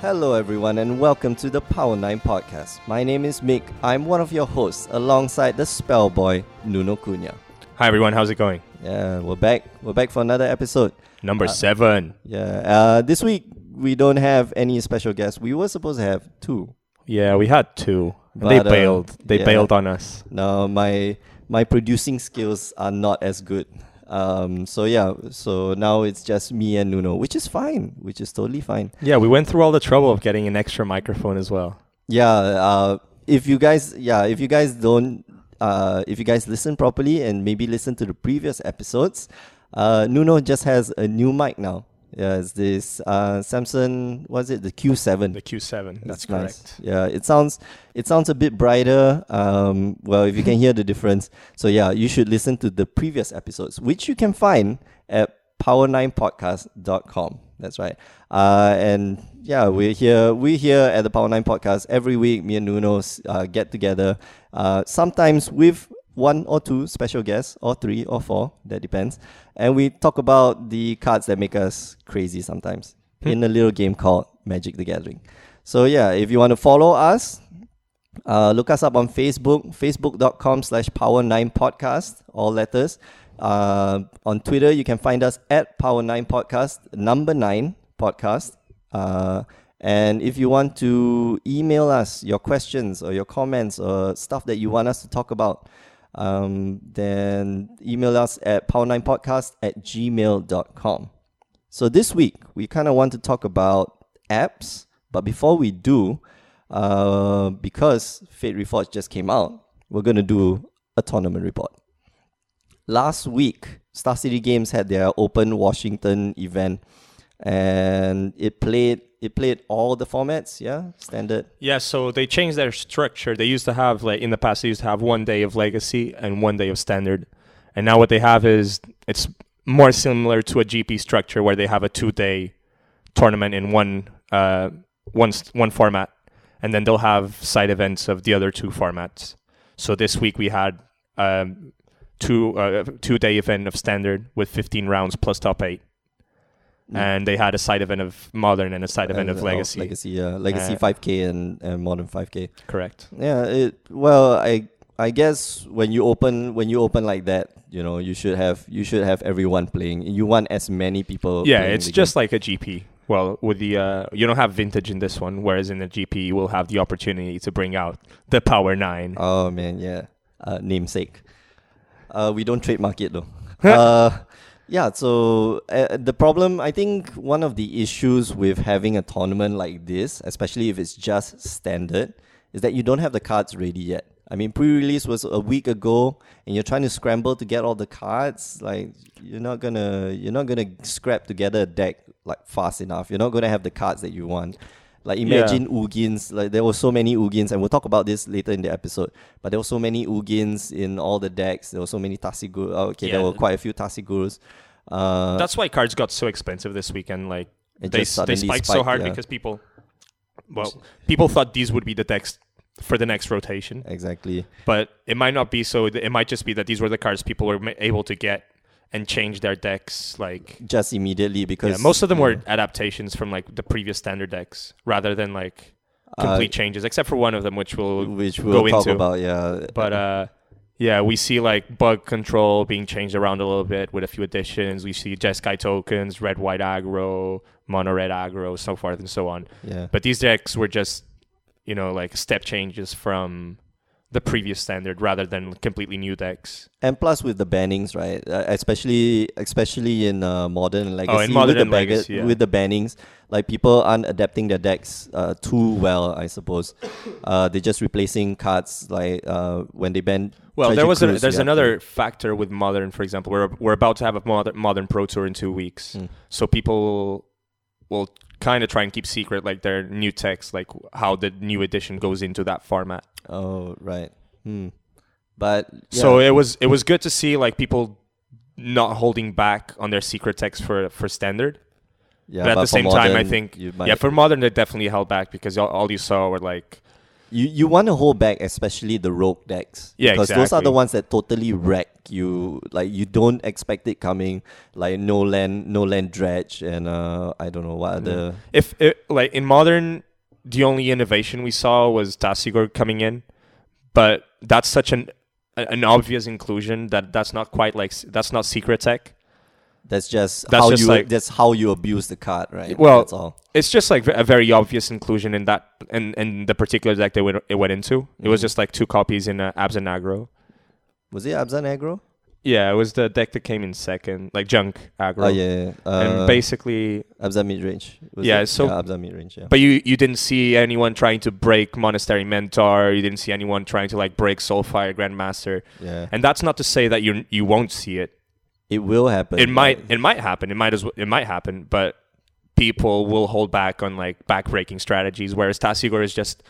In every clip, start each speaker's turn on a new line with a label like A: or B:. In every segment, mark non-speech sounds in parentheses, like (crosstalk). A: Hello, everyone, and welcome to the Power 9 podcast. My name is Mick. I'm one of your hosts alongside the spellboy, Nuno Cunha.
B: Hi everyone, how's it going?
A: Yeah, we're back. We're back for another episode.
B: Number seven.
A: Yeah, uh, this week we don't have any special guests. We were supposed to have two.
B: Yeah, we had two. and
A: But, uh,
B: they bailed. They
A: yeah.
B: bailed on us.
A: Now, my my producing skills are not as good. Um, so yeah, so now it's just me and Nuno, which is fine, which is totally fine.
B: Yeah, we went through all the trouble of getting an extra microphone as well.
A: Yeah, uh, if you guys, yeah, if you guys don't, uh, if you guys listen properly and maybe listen to the previous episodes, uh, Nuno just has a new mic now. Yeah, it's this uh, Samsung, was it the Q7?
B: The Q7. That's,
A: It's nice.
B: correct.
A: Yeah, it sounds it sounds a bit brighter. Um, well, if you can hear the difference, so yeah, you should listen to the previous episodes, which you can find at power9podcast.com. That's right. Uh, and yeah, we're here. We're here at the Power Nine Podcast every week. Me and Nuno uh, get together. Uh, sometimes with one or two special guests, or three or four, that depends. And we talk about the cards that make us crazy sometimes
B: Hmm.
A: in a little game called Magic the Gathering. So yeah, if you want to follow us, uh, look us up on Facebook, facebook.com slash power9podcast, all letters. Uh, on Twitter, you can find us at power9podcast, number 9 podcast. Uh, and if you want to email us your questions or your comments or stuff that you want us to talk about, um, then email us at power9podcast at gmail.com. So this week we kind of want to talk about apps, but before we do, uh, because Fate Reforged just came out, we're gonna do a tournament report. Last week, Star City Games had their Open Washington event, and it played it played all the formats. Yeah, standard.
B: Yeah, so they changed their structure. They used to have like in the past they used to have one day of legacy and one day of standard. And now what they have is it's more similar to a GP structure where they have a two day tournament in one uh one s- one format and then they'll have side events of the other two formats. So this week we had um two uh, two day event of standard with 15 rounds plus top 8. And they had a side event of modern and a side event
A: And,
B: of
A: uh,
B: oh, legacy.
A: legacy, yeah, legacy
B: Uh,
A: 5k and, and modern 5k.
B: Correct.
A: Yeah, it well, I I guess when you open when you open like that, you know, you should have you should have everyone playing. You want as many people.
B: Yeah,
A: playing
B: it's
A: the
B: just like a GP. Well, with the uh, you don't have vintage in this one, whereas in the GP you will have the opportunity to bring out the Power Nine.
A: game. oh man, yeah, uh, namesake. Uh, we don't trademark it though. uh, yeah, so uh, the problem I think one of the issues with having a tournament like this, especially if it's just standard, is that you don't have the cards ready yet. I mean, pre-release was a week ago, and you're trying to scramble to get all the cards. Like, you're not gonna, you're not gonna scrap together a deck like fast enough. You're not gonna have the cards that you want. Like, imagine Ugins. Like, there were so many Ugins, and we'll talk about this later in the episode. But there were so many Ugins in all the decks. There were so many Tasigur. Oh, okay, there
B: Yeah.
A: were quite a few Tasigurus. Uh,
B: That's why cards got so expensive this weekend. Like
A: It
B: they,
A: just
B: s- they
A: suddenly
B: spiked so
A: spiked,
B: hard
A: yeah.
B: because people, well, people thought these would be the decks for the next rotation,
A: exactly.
B: but it might not be. So it might just be that these were the cards people were ma- able to get and change their decks. Like
A: Just immediately because
B: yeah, most of them were adaptations from like the previous standard decks rather than like complete changes, except for one of them, which we'll
A: uh, which
B: go
A: we'll talk
B: into.
A: about. Yeah,
B: But uh, yeah, we see like bug control being changed around a little bit with a few additions. We see Jeskai tokens, red white aggro, mono red aggro, so forth and so on.
A: yeah.
B: But these decks were just, you know, like step changes from the previous standard rather than completely new decks.
A: And plus with the bannings, right? Uh, especially especially in uh, modern and legacy,
B: Oh, modern
A: with, the
B: and legacy, yeah.
A: with the bannings, like people aren't adapting their decks uh, too well, I suppose. Uh, they're just replacing cards like uh, when they ban.
B: Well, there
A: Treasure
B: was a,
A: Cruise,
B: there's
A: yeah. Mm.
B: another factor with modern, for example. We're we're about to have a modern, modern pro tour in two weeks,
A: Mm.
B: so people will kind of try and keep secret like their new text, like how the new edition goes into that format.
A: Oh right. Hmm. But yeah,
B: So it was it was good to see like people not holding back on their secret text for for standard.
A: yeah,
B: but at
A: but
B: the
A: for
B: same time, I
A: modern,
B: think
A: you might,
B: yeah, for modern they definitely held back because all, all you saw were like
A: You you want to hold back, especially the rogue decks.
B: Yeah,
A: because those are the
B: exactly.
A: ones that totally wreck you. Like you don't expect it coming. Like no land, no land dredge, and uh, I don't know what other.
B: If it, like in modern, the only innovation we saw was Tasigor coming in, but that's such an a- an obvious inclusion that that's not quite like s- that's not secret tech.
A: That's just
B: That's
A: how
B: just
A: you.
B: like-
A: that's how you abuse the card, right?
B: Well,
A: that's all.
B: It's just like a very obvious inclusion in that in, in the particular deck they went it went into. It was
A: Mhm.
B: just like two copies in uh, Abs and Aggro.
A: Was it Abzan aggro?
B: Yeah, it was the deck that came in second, like Junk Aggro.
A: Oh yeah, yeah. Uh,
B: and basically,
A: Abzan mid range.
B: Yeah, so-
A: yeah, Abzan mid range. Yeah.
B: but you you didn't see anyone trying to break Monastery Mentor. You didn't see anyone trying to like break Soulfire Grandmaster.
A: yeah,
B: And that's not to say that you you won't see it.
A: it will happen.
B: It might
A: right?
B: it might happen. It might as well, it might happen, but people will hold back on like backbreaking strategies. Whereas Tassigor is just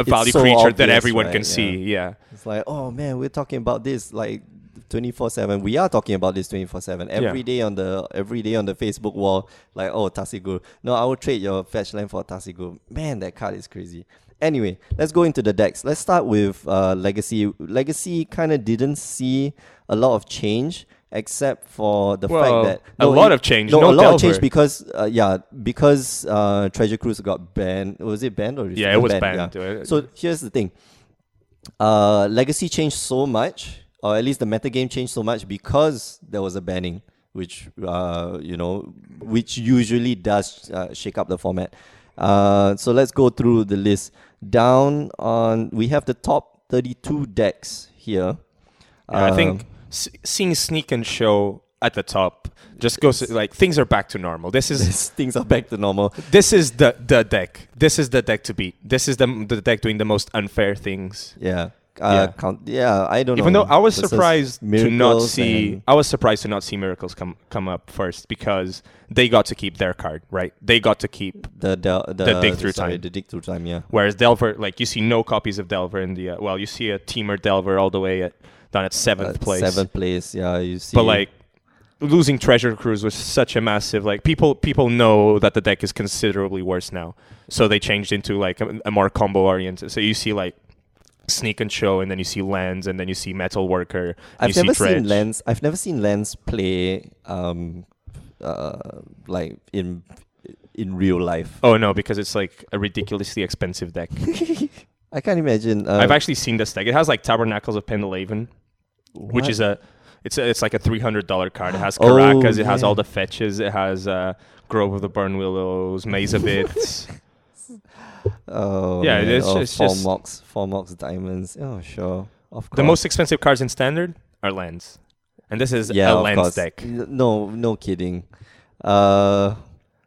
B: a
A: It's
B: value
A: so
B: creature that
A: obvious,
B: everyone
A: right?
B: can
A: Yeah.
B: see. Yeah,
A: It's like, oh man, we're talking about this like 24/7. We are talking about this 24/7 every day on the every day on the Facebook wall. Like, oh Tasigur, no, I will trade your fetch land for Tasigur. Man, that card is crazy. Anyway, let's go into the decks. Let's start with uh, Legacy. Legacy kind of didn't see a lot of change, except for the
B: Well,
A: fact that
B: a lot of change,
A: No,
B: no
A: a lot of change
B: Delver.
A: because uh, yeah, because uh, Treasure Cruise got banned. Was it banned or
B: yeah, it was banned.
A: yeah.
B: Uh,
A: So here's the thing. Uh, Legacy changed so much, or at least the metagame changed so much because there was a banning, which uh, you know, which usually does uh, shake up the format. Uh, so let's go through the list. Down on we have the top 32 decks here.
B: Yeah, I
A: Um, (laughs)
B: think s- seeing Sneak and Show at the top just goes like things are back to normal. This is
A: things are back to normal.
B: this is the the deck. This is the deck to beat. This is the the deck doing the most unfair things.
A: Yeah. Uh,
B: Yeah.
A: Count, yeah, I don't know.
B: Even though I was
A: Versus
B: surprised to not
A: Miracles
B: see,
A: and-
B: I was surprised to not see miracles come come up first because they got to keep their card, right? They got to keep.
A: the, the, the,
B: the dig through
A: sorry,
B: time.
A: The dig through time, yeah.
B: Whereas Delver, like you see no copies of Delver in the uh, well, you see a teamer Delver all the way at down at seventh
A: Uh,
B: place.
A: Seventh place, yeah. You see,
B: but like losing Treasure Cruise was such a massive like people people know that the deck is considerably worse now, so they changed into like a, a more combo oriented. So you see like. Sneak and show, and then you see lands, and then you see metal worker.
A: I've
B: and you
A: never
B: see Dredge.
A: seen Lens. I've never seen Lens play, um, uh, like in in real life.
B: Oh no, because it's like a ridiculously expensive
A: (laughs)
B: deck.
A: I can't imagine. Uh,
B: I've actually seen this deck. It has like Tabernacles of Pendlehaven, which
A: what?
B: is a it's a, it's like a three hundred dollar card. It
A: (gasps)
B: has
A: Oh,
B: Caracas, it has
A: yeah.
B: all the fetches, it has uh, Grove of the Burn Willows, Maze
A: (laughs)
B: of It.
A: oh
B: Yeah,
A: man.
B: it's-
A: oh,
B: it's
A: four
B: just-
A: mocks, four mocks, diamonds. Oh sure, of course.
B: the most expensive cards in standard are lands. And this is
A: yeah,
B: a
A: of
B: lands
A: course.
B: deck.
A: N- No, no kidding. Uh,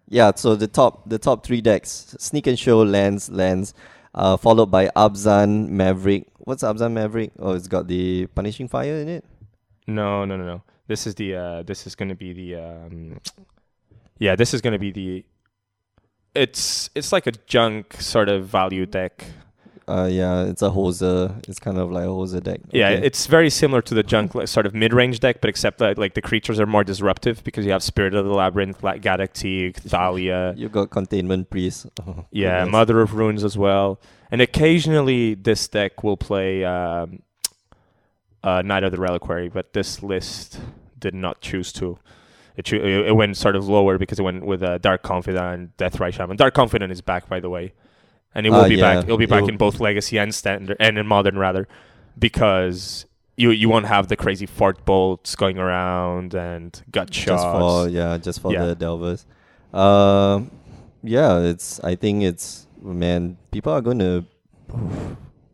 A: yeah. So the top, the top three decks: Sneak and Show, Lens, Lens, uh, followed by Abzan, Maverick. What's Abzan Maverick? Oh, it's got the Punishing Fire in it.
B: No, no, no, no. This is the uh, this is gonna be the um, yeah. This is gonna be the it's it's like a junk sort of value deck.
A: Uh, yeah, it's a hoser. It's kind of like a hoser deck.
B: Yeah,
A: Okay.
B: it's very similar to the junk like, sort of mid-range deck, but except that like the creatures are more disruptive because you have Spirit of the Labyrinth, Black Gadactique, Thalia,
A: you got containment priest. (laughs) Oh,
B: yeah,
A: goodness.
B: Mother of Runes as well, and occasionally this deck will play um, uh, Knight of the Reliquary, but this list did not choose to. It, cho- it it went sort of lower because it went with uh, Dark Confidant and Deathrite Shaman. Dark Confidant is back, by the way, and it will
A: Ah,
B: be
A: yeah.
B: back. It'll be
A: It
B: back
A: will-
B: in both Legacy and Standard and in Modern rather, because you you won't have the crazy fart bolts going around and gut
A: just for
B: shots.
A: yeah, just for
B: Yeah.
A: the delvers. Um, yeah, it's. I think it's man. People are gonna.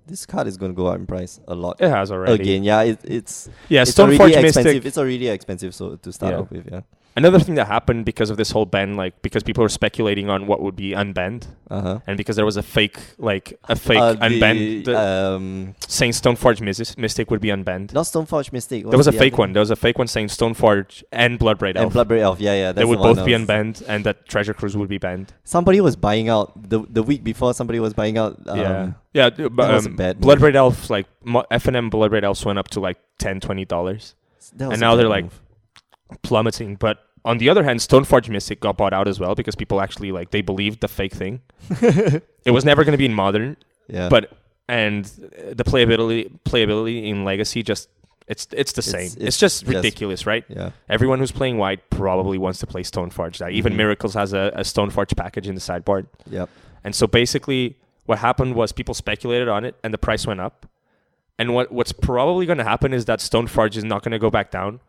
A: This card is gonna go up in price a lot
B: It has already.
A: again. Yeah, it, it's
B: Yeah,
A: it's already
B: Stoneforge
A: expensive.
B: Mystic.
A: It's already expensive. So to start
B: Yeah.
A: off with, yeah.
B: Another thing that happened because of this whole ban, like because people were speculating on what would be unbanned,
A: Uh-huh.
B: and because there was a fake, like a fake
A: uh
B: unbanned,
A: the,
B: the
A: um,
B: saying Stoneforge Mys- Mystic would be unbanned.
A: not Stoneforge Mystic.
B: there was a fake one. There was a fake one saying Stoneforge and Bloodbraid
A: And
B: Elf.
A: Bloodbraid Elf. Yeah, yeah. That's
B: they would
A: the one
B: both be
A: I was-
B: unbanned, and that Treasure Cruise would be banned.
A: Somebody was buying out the the week before. Somebody was buying out. Um,
B: yeah, yeah. d- But,
A: was a
B: um,
A: bad move.
B: Bloodbraid Elf, like mo- F and M Bloodbraid Elves went up to like 10 dollars,
A: that was
B: and
A: a
B: now
A: bad
B: they're like
A: move.
B: plummeting. But on the other hand, Stoneforge Mystic got bought out as
A: (laughs)
B: well because people actually like they believed the fake thing. it was never going to be in modern.
A: yeah.
B: but and the playability playability in Legacy just it's it's the same. It's,
A: it's
B: just
A: just-
B: ridiculous, right?
A: Yeah.
B: Everyone who's playing white probably wants to play Stoneforge. That even
A: Mhm.
B: Miracles has a, a Stoneforge package in the sideboard.
A: Yep.
B: And so basically, what happened was people speculated on it, and the price went up. And what what's probably going to happen is that Stoneforge is not going to go back down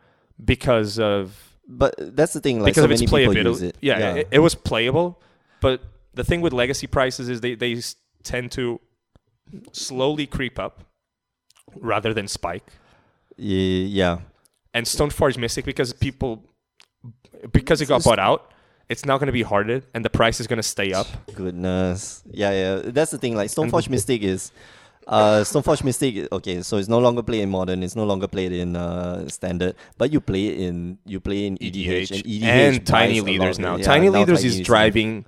B: because of
A: But that's the thing. Like
B: because
A: so
B: of its
A: many people
B: playability.
A: use it.
B: Yeah, It, it was playable, but the thing with legacy prices is they they s- tend to slowly creep up rather than spike.
A: Ye- yeah.
B: And Stoneforge Mystic because people because it got
A: It's-
B: bought out, it's not going to be hearted, and the price is going to stay up.
A: Goodness. Yeah, yeah. That's the thing. Like
B: Mm-hmm.
A: Stoneforge Mystic is. Uh, Stoneforge Mystic. Okay, so it's no longer played in modern. It's no longer played in uh, standard. But you play it in you play in EDH E and EDH
B: E and tiny
A: buys a lot
B: leaders
A: of it.
B: now.
A: Yeah,
B: tiny leaders
A: Tiny
B: is driving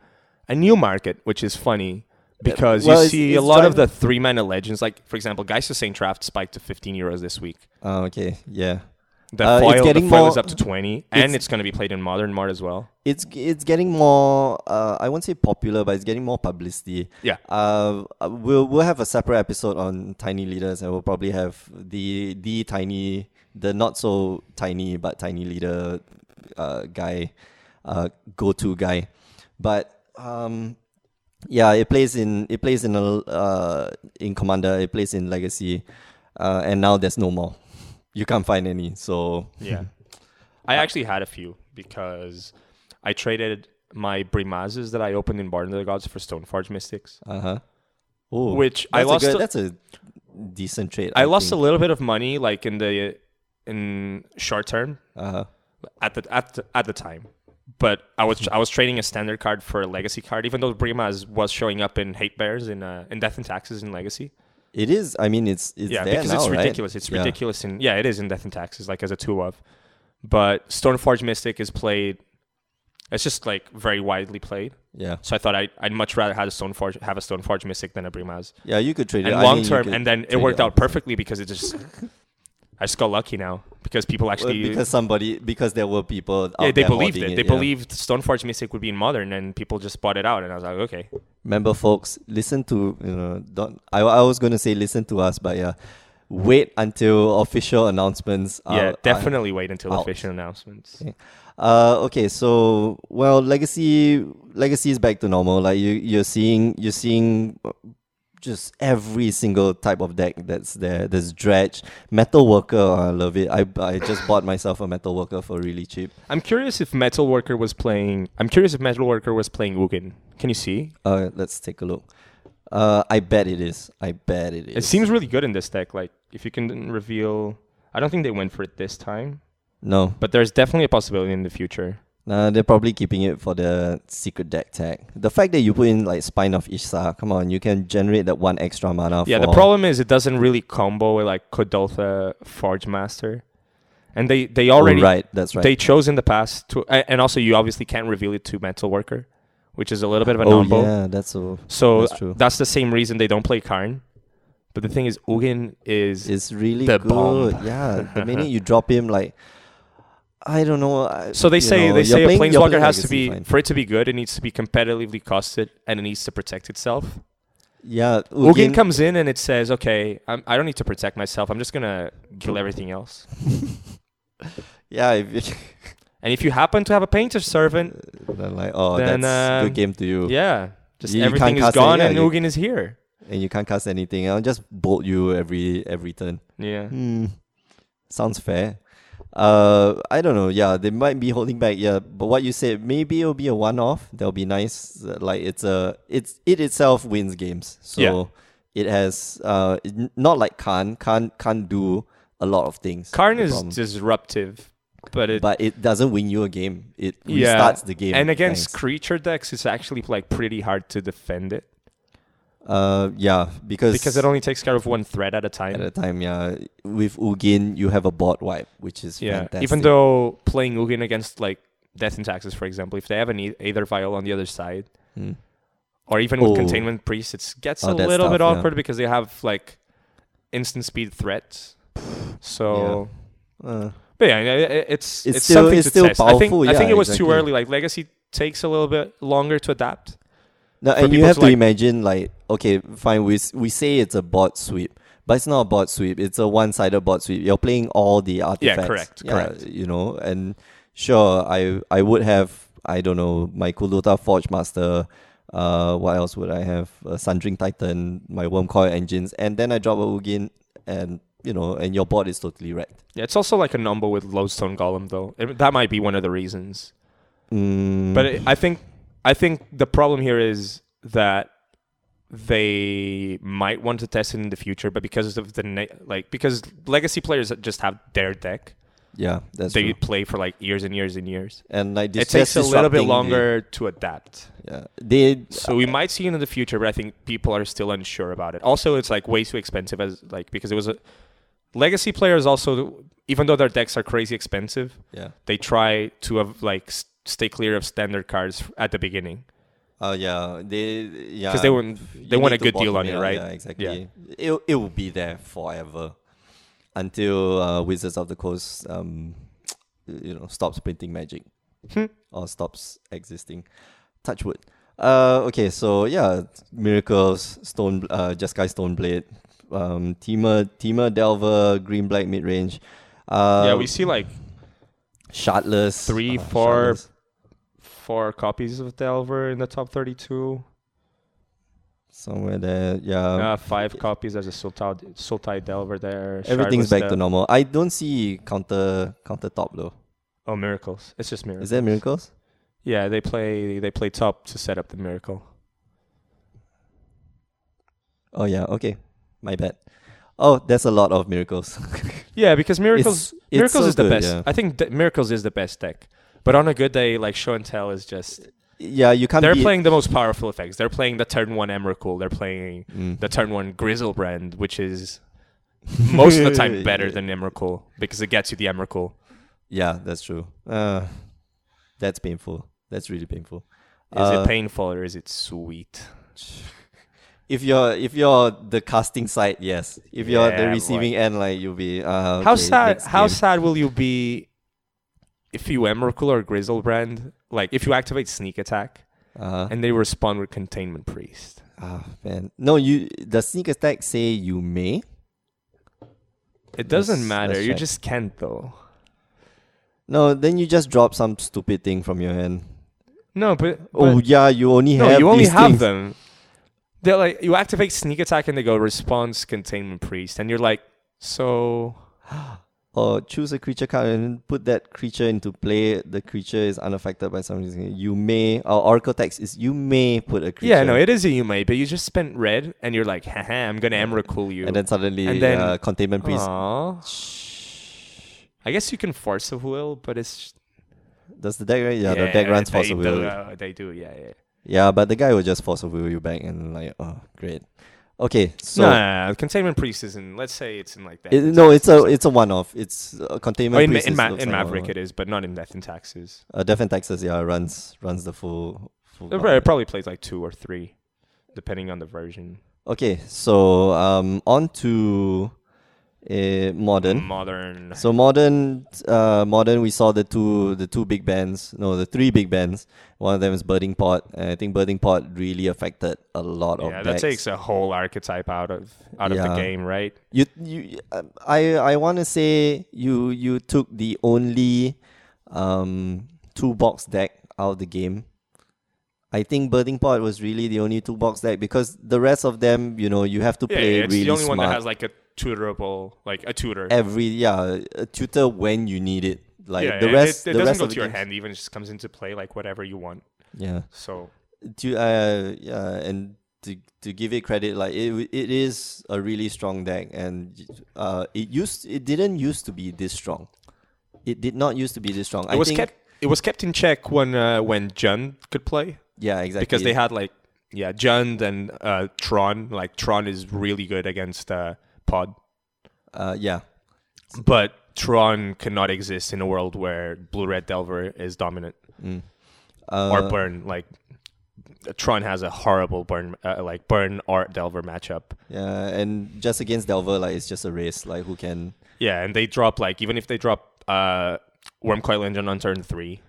B: a new market, which is funny because
A: well,
B: you
A: it's-
B: see
A: it's
B: a lot of
A: driving-
B: the three mana legends. Like for example, Geist of Saint Draft spiked to 15 euros this week.
A: Oh, okay. Yeah.
B: The
A: Uh, it's
B: foil, the
A: getting
B: foil
A: more-
B: is up to 20, and
A: it's-
B: it's going to be played in modern mart as well.
A: It's it's getting more. Uh, I won't say popular, but it's getting more publicity.
B: Yeah.
A: Uh, we'll we'll have a separate episode on tiny leaders, and we'll probably have the the tiny, the not so tiny but tiny leader, uh, guy, uh, go to guy, but um, yeah, it plays in it plays in a l- uh in commander, it plays in legacy, uh, and now there's no more. You can't find any, so (laughs)
B: Yeah. I actually had a few because I traded my Brimazes that I opened in Barn of the Gods for Stoneforge Mystics.
A: Uh huh. Oh,
B: Which I
A: that's
B: lost
A: A good,
B: a-
A: that's a decent trade.
B: I lost a little bit of money, like in the in short term,
A: a. Uh huh.
B: at the at the, at the time. But I was
A: Hmm.
B: I was trading a standard card for a legacy card, even though Brimas was showing up in Hate Bears in uh, in Death and Taxes in Legacy.
A: It is. I mean, it's it's
B: yeah,
A: there
B: because
A: now,
B: it's
A: right?
B: ridiculous. It's
A: Yeah.
B: ridiculous in yeah, it is in Death and Taxes, like as a two of. But Stoneforge Mystic is played. It's just like very widely played.
A: Yeah.
B: So I thought I, I'd much rather have a Stoneforge have a Stoneforge Mystic than a Brimas.
A: Yeah, you could trade
B: And
A: it. I mean,
B: long
A: you
B: term,
A: could
B: and then it
A: trade
B: worked
A: on-
B: out perfectly because it just. I just got lucky now because people
A: Well,
B: actually
A: because somebody because there were people. Out
B: yeah, they
A: there
B: believed it.
A: hoarding
B: They
A: yeah.
B: believed Stoneforge Mystic would be in modern, and people just bought it out. And I was like, okay,
A: Remember, folks, listen to you know. Don't. I, I was going to say listen to us, but yeah, wait until official announcements. Are,
B: yeah,
A: are-
B: definitely wait until
A: out.
B: official announcements.
A: Okay. Uh, okay, so well, legacy legacy is back to normal. Like you, you're seeing you're seeing uh, just every single type of deck that's there. There's dredge, metal worker. oh, I love it. I I just bought myself a metal worker for really cheap.
B: I'm curious if Metal Worker was playing. I'm curious if Metal Worker was playing Ugin. Can you see?
A: Uh, let's take a look. Uh, I bet it is. I bet it is.
B: It seems really good in this deck. Like if you can reveal, I don't think they went for it this time,
A: no.
B: but there's definitely a possibility in the future.
A: Nah, they're probably keeping it for the secret deck tag. The fact that you put in like spine of Ishsa, come on, you can generate that one extra mana.
B: Yeah,
A: for,
B: the problem is it doesn't really combo with like Kodoltha Forge Master, and they they
A: Oh,
B: already
A: right. That's right.
B: they chose in the past to, a- and also you obviously can't reveal it to Metal Worker, which is a little bit of a
A: oh
B: non-bo.
A: yeah, that's so.
B: So
A: That's
B: that's,
A: true.
B: the same reason they don't play Karn. But the thing is, Ugin is
A: It's really
B: the
A: good.
B: bomb.
A: Yeah,
B: (laughs)
A: the minute you drop him, like I don't know. I,
B: so they
A: you
B: say
A: know,
B: they
A: you're
B: say
A: playing-
B: a
A: you're
B: planeswalker
A: playing
B: has to
A: Legacy,
B: be
A: fine.
B: for it to be good, it needs to be competitively costed and it needs to protect itself.
A: yeah.
B: Ugin,
A: Ugin,
B: comes in and it says, "Okay, I'm, I don't need to protect myself. I'm just gonna kill everything else."
A: (laughs) yeah.
B: (laughs)
A: If,
B: And if you happen to have a painter servant,
A: then like oh,
B: Then,
A: that's
B: um,
A: good game to you,
B: yeah, just
A: You- you
B: everything
A: can't
B: is
A: cast any-
B: gone
A: yeah,
B: and
A: you-
B: Ugin is here.
A: and you can't cast anything. I'll just bolt you every every turn.
B: Yeah,
A: Hmm. Sounds fair. Uh, I don't know. Yeah, they might be holding back. Yeah, but what you said, maybe it'll be a one-off. That'll be nice. Uh, Like it's a, it's it itself wins games. So
B: Yeah.
A: it has uh, n- not like Khan. Khan can't do a lot of things.
B: Karn
A: the
B: is
A: problem.
B: disruptive, but it
A: but it doesn't win you a game. It
B: Yeah,
A: restarts the game.
B: and against
A: thanks.
B: creature decks, it's actually like pretty hard to defend it.
A: uh, yeah, because
B: because it only takes care of one thread at a time.
A: at a time, yeah, with Ugin you have a board wipe, which is
B: yeah,
A: fantastic.
B: even though playing Ugin against like Death and Taxes, for example, if they have an e- Aether Vial on the other side,
A: Hmm.
B: or even with
A: Oh.
B: Containment Priest, it gets
A: Oh,
B: a
A: that's
B: little
A: tough,
B: bit
A: yeah.
B: awkward because they have like instant speed threats. So,
A: Uh,
B: but yeah, i- i- it's
A: It's
B: it's,
A: still-
B: something
A: it's
B: to
A: still
B: test. I think
A: powerful,
B: I think
A: yeah,
B: it was too
A: exactly.
B: early. Like Legacy takes a little bit longer to adapt.
A: No,
B: for
A: and you
B: people
A: have to
B: like-
A: imagine like okay, fine. We s- we say it's a bot sweep, but it's not a bot sweep. It's a one-sided bot sweep. You're playing all the artifacts.
B: correct, correct.
A: You know, and sure, I I would have I don't know my Kulota Forge Master. Uh, what else would I have? Uh, Sundering Titan, my Worm Coil engines, and then I drop a Ugin, and you know, and your board is totally wrecked.
B: Yeah, it's also like a number with Lodestone Golem though. It- that might be one of the reasons.
A: Mm,
B: But it, I think I think the problem here is that they might want to test it in the future, but because of the na- like because legacy players that just have their deck,
A: yeah, that's
B: they
A: true.
B: play for like years and years and years.
A: And like
B: It
A: dis-
B: takes
A: just
B: a little bit
A: disrupting the-
B: longer to adapt.
A: yeah, they
B: So we might see it in the future, but I think people are still unsure about it. Also, it's like way too expensive as like because it was a legacy players also even though their decks are crazy expensive,
A: yeah.
B: they try to have like s- stay clear of standard cards f- at the beginning.
A: Oh yeah, they yeah
B: 'Cause they want-
A: you
B: they want
A: need to
B: a good deal
A: bottom
B: on it, right?
A: Yeah, exactly. It it will be there forever until uh, Wizards of the Coast um you know stops printing magic
B: Hmm.
A: or stops existing. Touch wood. Uh, okay, so yeah, miracles, stone, uh, Jeskai Stoneblade, um, Teamer, Teamer Delver, Green Black mid range. Uh,
B: yeah, we see like
A: Shardless.
B: three,
A: uh,
B: four-
A: Shardless.
B: four copies of Delver in the top 32,
A: somewhere there. Yeah,
B: uh, five copies as a Sultai, Sultai Delver there.
A: Everything's
B: Shardless
A: back to
B: Del-
A: normal. I don't see counter countertop though.
B: Oh, miracles! It's just miracles.
A: Is there miracles?
B: Yeah, they play they play top to set up the miracle.
A: Oh yeah, okay. My bad. Oh, there's a lot of miracles. (laughs)
B: Yeah, because miracles
A: it's
B: miracles
A: so
B: is the
A: good,
B: best.
A: yeah.
B: I think that miracles is the best deck. But on a good day, like show and tell is just
A: yeah, you can't.
B: they're
A: beat-
B: playing the most powerful effects. They're playing the turn one Emrakul. They're playing
A: Mm.
B: the turn one Grizzlebrand, which is most of the
A: (laughs)
B: time better than Emrakul because it gets you the Emrakul.
A: Yeah, that's true. Uh, that's painful. That's really painful.
B: Is
A: Uh,
B: it painful or is it sweet?
A: If you're if you're the casting side, yes. If you're
B: Yeah,
A: the
B: boy.
A: receiving end, like you'll be. Uh,
B: how
A: okay,
B: sad?
A: next
B: How
A: game.
B: sad will you be if you Emrakul or Grizzlebrand? Like if you activate sneak attack
A: Uh-huh.
B: and they respond with Containment Priest.
A: Ah man, no. You the sneak attack say you may.
B: It doesn't
A: Let's-
B: matter.
A: let's
B: you
A: check.
B: just can't though.
A: No, then you just drop some stupid thing from your hand.
B: No, but,
A: Oh
B: but-
A: yeah, you only
B: no,
A: have
B: you
A: these
B: only have
A: things.
B: them. They're like you activate sneak attack and they go response containment priest and you're like so
A: Or Oh, choose a creature card and then put that creature into play. The creature is unaffected by something. You may or Oracle text is you may put a creature.
B: yeah no it is a you may but you just spent red and you're like haha I'm gonna emrakul you
A: And then suddenly,
B: And then- Oh.
A: uh, containment priest.
B: Aw.
A: Shh.
B: I guess you can force a will but it's
A: Does the deck run? Yeah, the deck runs
B: they
A: force of
B: do,
A: will.
B: uh, they do yeah yeah
A: Yeah, but the guy will just force of will you back and like, oh great. Okay, so
B: no, no, no, containment priest is in let's say it's in like that
A: it- no, it's a it's a one off. It's a
B: oh,
A: containment
B: in, Ma-
A: priest.
B: in,
A: is-
B: Ma-
A: looks
B: in
A: like a
B: Maverick
A: one-off.
B: it is but not in Death and Taxes
A: Uh, Death and Texas, yeah, runs runs the full. full
B: it
A: gauntlet.
B: prob- probably plays like two or three depending on the version
A: Okay, so um, on to uh, modern.
B: modern
A: So modern, uh, modern. We saw the two, the two big bands. No, the three big bands. One of them is Birding Pot. And I think Birding Pot really affected a lot of
B: yeah,
A: decks.
B: that takes a whole archetype out of out of
A: Yeah.
B: the game, right?
A: You, you, uh, I, I want to say you, you took the only, um, two box deck out of the game. I think Birding Pot was really the only two box deck because the rest of them, you know, you have to
B: Yeah,
A: play
B: it's
A: really
B: the only
A: smart.
B: one that has like a tutorable, like a tutor.
A: every yeah a tutor when you need it. Like
B: yeah,
A: the
B: and
A: rest,
B: it, it
A: the
B: doesn't
A: rest
B: go
A: of
B: to
A: the
B: your
A: games-
B: hand. Even it just comes into play like whatever you want.
A: Yeah,
B: So
A: to uh, yeah, and to to give it credit, like it w- it is a really strong deck, and uh, it used it didn't used to be this strong. It did not used to be this strong.
B: it
A: I
B: was
A: think,
B: kept it was kept in check when uh, when Jund could play
A: yeah, exactly
B: because they had like yeah Jund and uh, Tron. Like Tron is really good against uh, Pod,
A: uh, yeah,
B: but Tron cannot exist in a world where Blue Red Delver is dominant.
A: uh,
B: or burn like Tron has a horrible burn uh, like burn or Delver matchup.
A: yeah, and just against Delver, like it's just a race. Like who can
B: Yeah, and they drop like even if they drop uh Worm Coil Engine on turn three,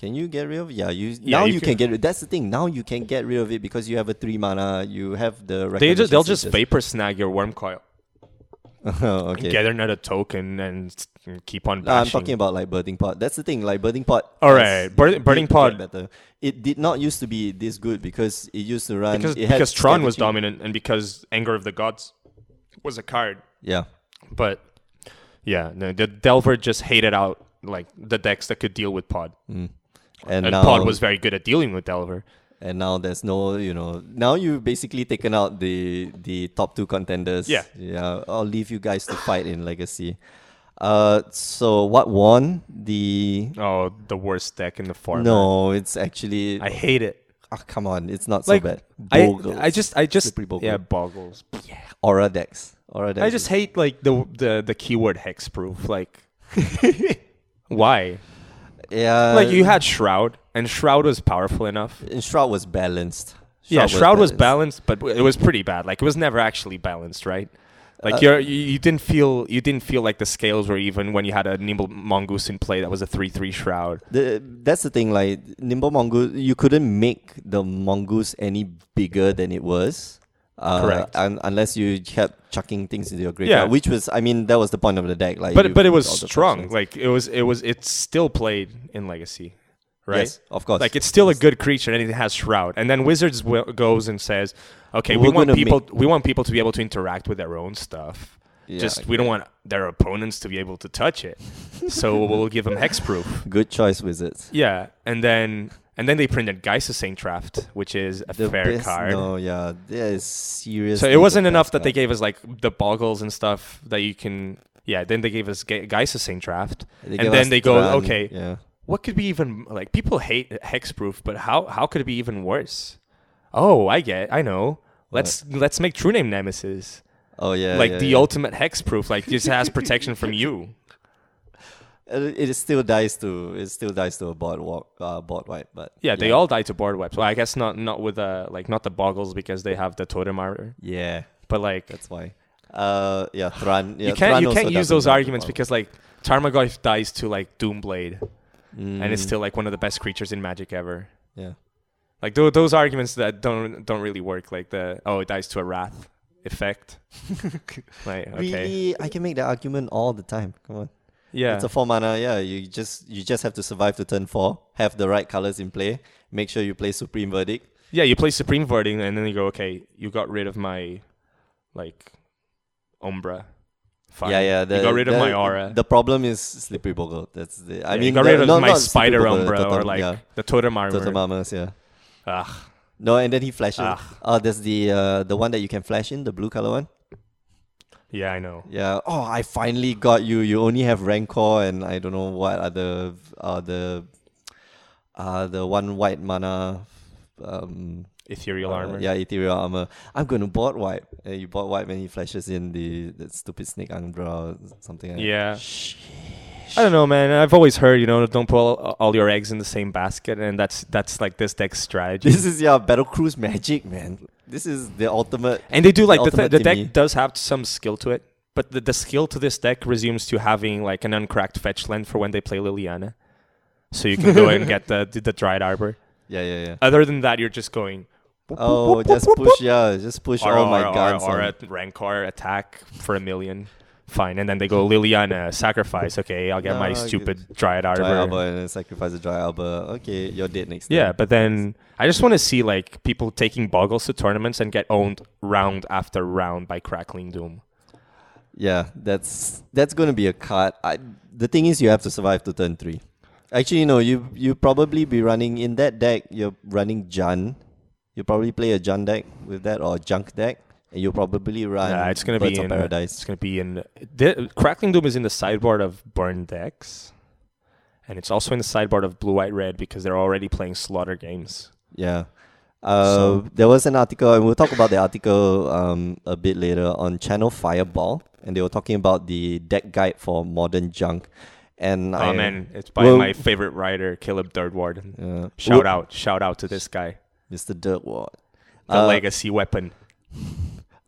A: Can you get rid of? Yeah, you
B: Yeah,
A: now
B: you
A: you,
B: can-
A: can, get rid. That's the thing. Now you can get rid of it because you have a three mana. You have the.
B: They
A: recognition
B: just, they'll just
A: stages.
B: vapor snag your worm coil,
A: (laughs) oh, okay.
B: get another token, and, s- and keep on
A: No, I'm
B: bashing.
A: talking about like Burning Pot. That's the thing, like Burning Pot.
B: All
A: has-
B: right, Bur-
A: it did
B: Burning
A: get
B: Pot-
A: Better. It did not used to be this good because it used to run.
B: because
A: it had
B: because Tron was
A: strategy.
B: dominant and because Anger of the Gods was a card.
A: Yeah.
B: But yeah, no, the Delver just hated out like the decks that could deal with Pod,
A: And,
B: and
A: now,
B: Pod was very good at dealing with Delver.
A: and now there's no, you know, now you've basically taken out the the top two contenders.
B: Yeah.
A: yeah. I'll leave you guys to fight in Legacy. Uh, so what won the?
B: Oh, the worst deck in the format.
A: No, it's actually.
B: I hate it.
A: Ah, come on, it's not so
B: Like
A: bad.
B: I,
A: Boggles.
B: I just I just
A: Slippery Bogle.
B: yeah boggles.
A: aura decks. Aura decks.
B: I just hate like the the the keyword hexproof.
A: (laughs)
B: Like why?
A: yeah.
B: like you had Shroud, and Shroud was powerful enough.
A: And Shroud was balanced.
B: yeah, Shroud was balanced, but it was pretty bad. Like it was never actually balanced, right? Like
A: Uh,
B: you're, you you didn't feel you didn't feel like the scales were even when you had a nimble mongoose in play that was a three three shroud.
A: The, that's the thing, like Nimble Mongoose, you couldn't make the mongoose any bigger than it was. Uh,
B: Correct.
A: Un- unless you kept chucking things into your graveyard,
B: Yeah.
A: which was, I mean, that was the point of the deck. Like, you
B: But but it
A: put
B: was
A: all the
B: strong.
A: flashlights.
B: Like it was it was it's still played in Legacy, right?
A: Yes, of course.
B: Like it's still a good creature and it has shroud. And then Wizards will, goes and says, "Okay, we
A: We're
B: want
A: gonna
B: people we want people to be able to interact with their own stuff.
A: Yeah,
B: Just we don't want their opponents to be able to touch it. so we'll give them hexproof."
A: good choice, wizards.
B: Yeah, and then and then they printed Geist of Saint Traft, which is a fair
A: best-
B: card.
A: No, yeah, there is serious.
B: So it wasn't enough that they gave us like the boggles and stuff that you can. Yeah, then they gave us Ge- Geist of Saint Traft, and then they go, okay,
A: yeah,
B: what could be even like people hate hexproof, but how how could it be even worse? Oh, I get, I know. Let's let's make True Name Nemesis
A: oh yeah,
B: like
A: yeah,
B: the
A: yeah.
B: ultimate hexproof. Like this has
A: (laughs)
B: protection from you.
A: Uh, It still dies to it still dies to a board walk, uh, board wipe, but
B: Yeah, they all die to board wipes. Well, I guess not not with uh like not the boggles because they have the totem armor,
A: yeah.
B: but like
A: That's why. Uh, yeah, Thran. Yeah,
B: you can't
A: Thran
B: you
A: also
B: can't use
A: doesn't
B: those
A: have the
B: arguments
A: power.
B: because like Tarmogoyf dies to like Doomblade, and
A: Mm.
B: it's still like one of the best creatures in Magic ever.
A: yeah,
B: Like tho- those arguments that don't don't really work. Like the oh it dies to a Wrath effect.
A: (laughs)
B: like okay,
A: really, I can make that argument all the time. Come on,
B: yeah,
A: it's a four mana. Yeah, you just you just have to survive to turn four, have the right colors in play, make sure you play Supreme Verdict.
B: yeah. You play Supreme Voiding, and then you go okay, you got rid of my like Umbra. Fine.
A: Yeah, yeah. The,
B: you got rid of
A: the-
B: my aura.
A: The problem is Slippery Bogle. That's the. I
B: Yeah,
A: mean,
B: you got
A: the-
B: rid of
A: no,
B: my
A: not
B: Spider
A: Slippery Bogle,
B: Umbra or
A: Totem,
B: like
A: yeah,
B: the Totem Armor.
A: Totem Armors. Yeah.
B: Ugh.
A: No, and then he flashes.
B: Ah.
A: Oh, there's the uh, the one that you can flash in, the blue color one.
B: Yeah, I know.
A: Yeah. Oh, I finally got you. You only have Rancor and I don't know what other uh the uh the one white mana um
B: Ethereal
A: uh,
B: armor.
A: yeah, ethereal armor. I'm gonna board wipe. Uh, you board wipe when he flashes in the that stupid snake umbra or something like
B: Yeah.
A: Shh.
B: I don't know, man. I've always heard, you know, don't put all, all your eggs in the same basket, and that's that's like this deck's strategy.
A: This is yeah, battle cruise magic, man. This is the ultimate
B: (laughs) and they do like the,
A: ultimate
B: th- the
A: to me.
B: deck does have some skill to it, but the, the skill to this deck resumes to having like an uncracked fetch land for when they play Liliana, so you can go and get the the, the dried arbor.
A: Yeah, yeah, yeah.
B: Other than that, you're
A: (laughs)
B: just going. boop, boop,
A: Oh,
B: boop,
A: just
B: boop, boop,
A: push, yeah, just push
B: Or,
A: all Oh my
B: or, or-
A: guns.
B: or
A: on-
B: a Rancor attack for a million. Fine. And then they go Liliana, sacrifice. Okay, I'll get my
A: No, I
B: stupid Dryad Arbor.
A: dry arbor and then sacrifice a dry arbor. Okay, you're dead next. turn.
B: Yeah, but then I just want to see like people taking boggles to tournaments and get owned round after round by Crackling Doom.
A: Yeah, that's that's gonna be a card. I, the thing is, you have to survive to turn three. Actually, no, you you probably be running in that deck. You're running Jun. You probably play a Jun deck with that or Junk deck, and you'll probably run.
B: Nah, Uh, it's gonna
A: Uh, Birds
B: be
A: of
B: in It's
A: Paradise.
B: gonna be in the, Crackling Doom is in the sideboard of Burn decks, and it's also in the sideboard of Blue White Red because they're already playing Slaughter games.
A: Yeah. Uh, there was an article, and we'll talk about the article um, a bit later on Channel Fireball, and they were talking about the deck guide for modern junk. And
B: Oh
A: I,
B: man, it's by
A: Well-
B: my favorite writer Caleb Dirtward.
A: Yeah.
B: Shout
A: Well-
B: out, shout out to this guy,
A: Mr. Dirtward.
B: the legacy weapon.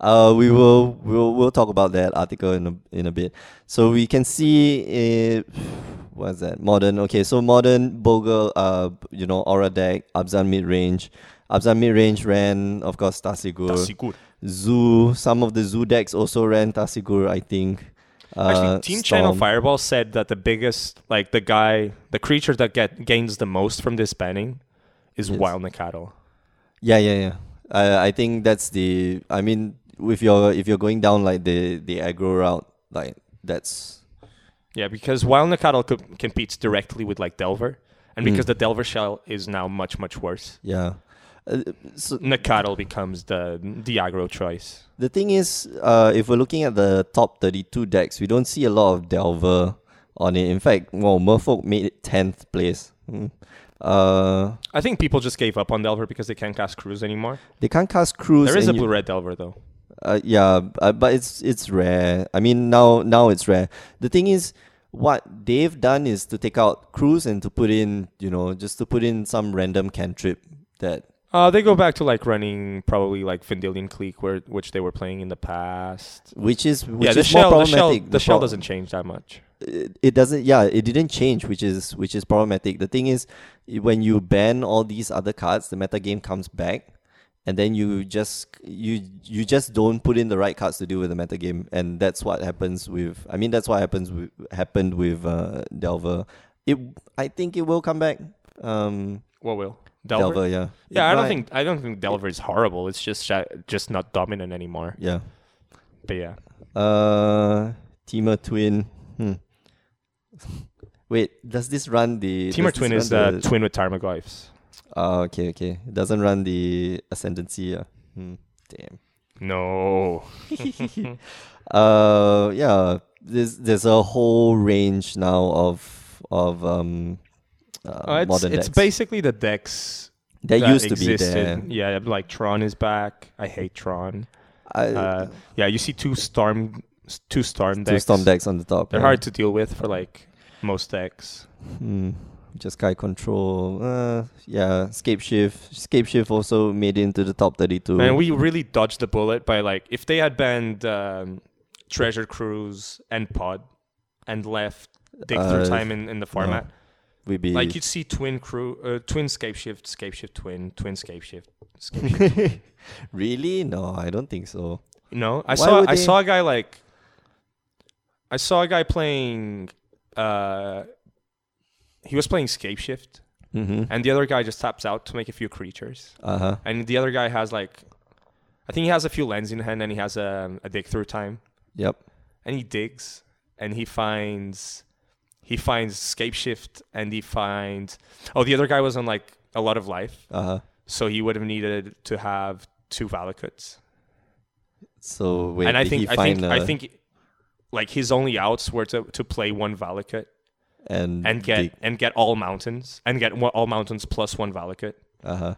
A: Uh, we will we'll, we'll talk about that article in a, in a bit. So we can see it, what's that? Modern. Okay, so modern Bogle, uh, you know, Aura deck, Abzan mid range, Abzan mid range ran, of course, Tasigur,
B: Tasigur.
A: Zoo. Some of the Zoo decks also ran Tasigur, I think. Uh,
B: Actually, Team Channel
A: Storm.
B: Fireball said that the biggest, like the guy, the creature that get gains the most from this banning is
A: Yes.
B: Wild Nakatl.
A: Yeah, yeah, yeah. I I think that's the. I mean, if you're if you're going down like the the aggro route, like that's
B: Yeah, because Wild Nakatl co- competes directly with like Delver, and
A: Mm.
B: because the Delver shell is now much much worse,
A: yeah. Uh, so
B: Nakatl becomes the the aggro choice.
A: the thing is, uh, if we're looking at the top 32 decks, we don't see a lot of Delver on it. In fact, well, Merfolk made it 10th place. Mm. Uh,
B: I think people just gave up on Delver because they can't cast Cruise anymore.
A: they can't cast Cruise.
B: There is a
A: and you-
B: blue red Delver though.
A: Uh, yeah, b- uh, but it's it's rare. I mean, now now it's rare. The thing is, what they've done is to take out Cruz and to put in, you know, just to put in some random cantrip that.
B: Uh, they go back to like running probably like Vendilion Clique, where which they were playing in the past.
A: Which is which
B: yeah,
A: is
B: the shell,
A: more
B: the shell, the,
A: problematic.
B: shell
A: pro-
B: doesn't change that much.
A: It, it doesn't. Yeah, it didn't change, which is which is problematic. The thing is, i- when you ban all these other cards, the meta game comes back, and then you just you you just don't put in the right cards to deal with the meta game, and that's what happens with. I mean, that's what happens with, happened with uh, Delver. It I think it will come back. Um,
B: What will Delver?
A: Delver, yeah,
B: Yeah, I
A: It
B: don't
A: might-
B: think I don't think Delver is horrible. It's just sha- just not dominant anymore.
A: Yeah,
B: But yeah,
A: uh, Teamer Twin. Hmm. (laughs) Wait, does this run the does
B: Teamer
A: this
B: Twin
A: run
B: is uh, the
A: the-
B: twin with Tarmogoyfs.
A: Oh, okay, okay. It doesn't run the ascendancy. Yeah. Hmm.
B: (laughs)
A: Damn. (laughs)
B: No,
A: Uh, yeah. There's there's a whole range now of of um uh,
B: Uh, it's,
A: modern
B: it's
A: decks.
B: basically the decks
A: that, used to be there.
B: existed. Yeah, like Tron is back. I hate Tron.
A: I,
B: Uh, yeah, you see two storm two storm
A: two
B: decks.
A: storm decks on the top.
B: They're
A: yeah.
B: hard to deal with for like most decks.
A: Hmm. Just Kai control. Uh, yeah. Scape shift. Scape shift also made it into the top thirty-two.
B: Man, we really dodged the bullet by like if they had banned um, Treasure Cruise and Pod and left dig
A: Uh,
B: through time in, in the format,
A: we be (laughs)
B: like you'd see Twin Crew, uh, Twin Scape Shift, Scape Shift Twin, Twin Scape Shift. Scape Shift.
A: really no, I don't think so.
B: no, I
A: Why
B: saw
A: would
B: I
A: they-
B: saw a guy like I saw a guy playing. Uh, he was playing Scape Shift,
A: Mm-hmm.
B: and the other guy just taps out to make a few creatures.
A: Uh huh.
B: and the other guy has like I think he has a few lands in hand and he has um, a, a dig through time
A: Yep.
B: and he digs and he finds he finds scape shift and he finds oh the other guy was on like a lot of life
A: Uh huh.
B: so he would have needed to have two valakuts
A: So wait,
B: and I
A: did he
B: think I
A: find
B: think
A: a-
B: I think like his only outs were to, to play one valakut
A: and
B: and get
A: dig-
B: and get all mountains and get one, all mountains plus one valakut
A: uh-huh.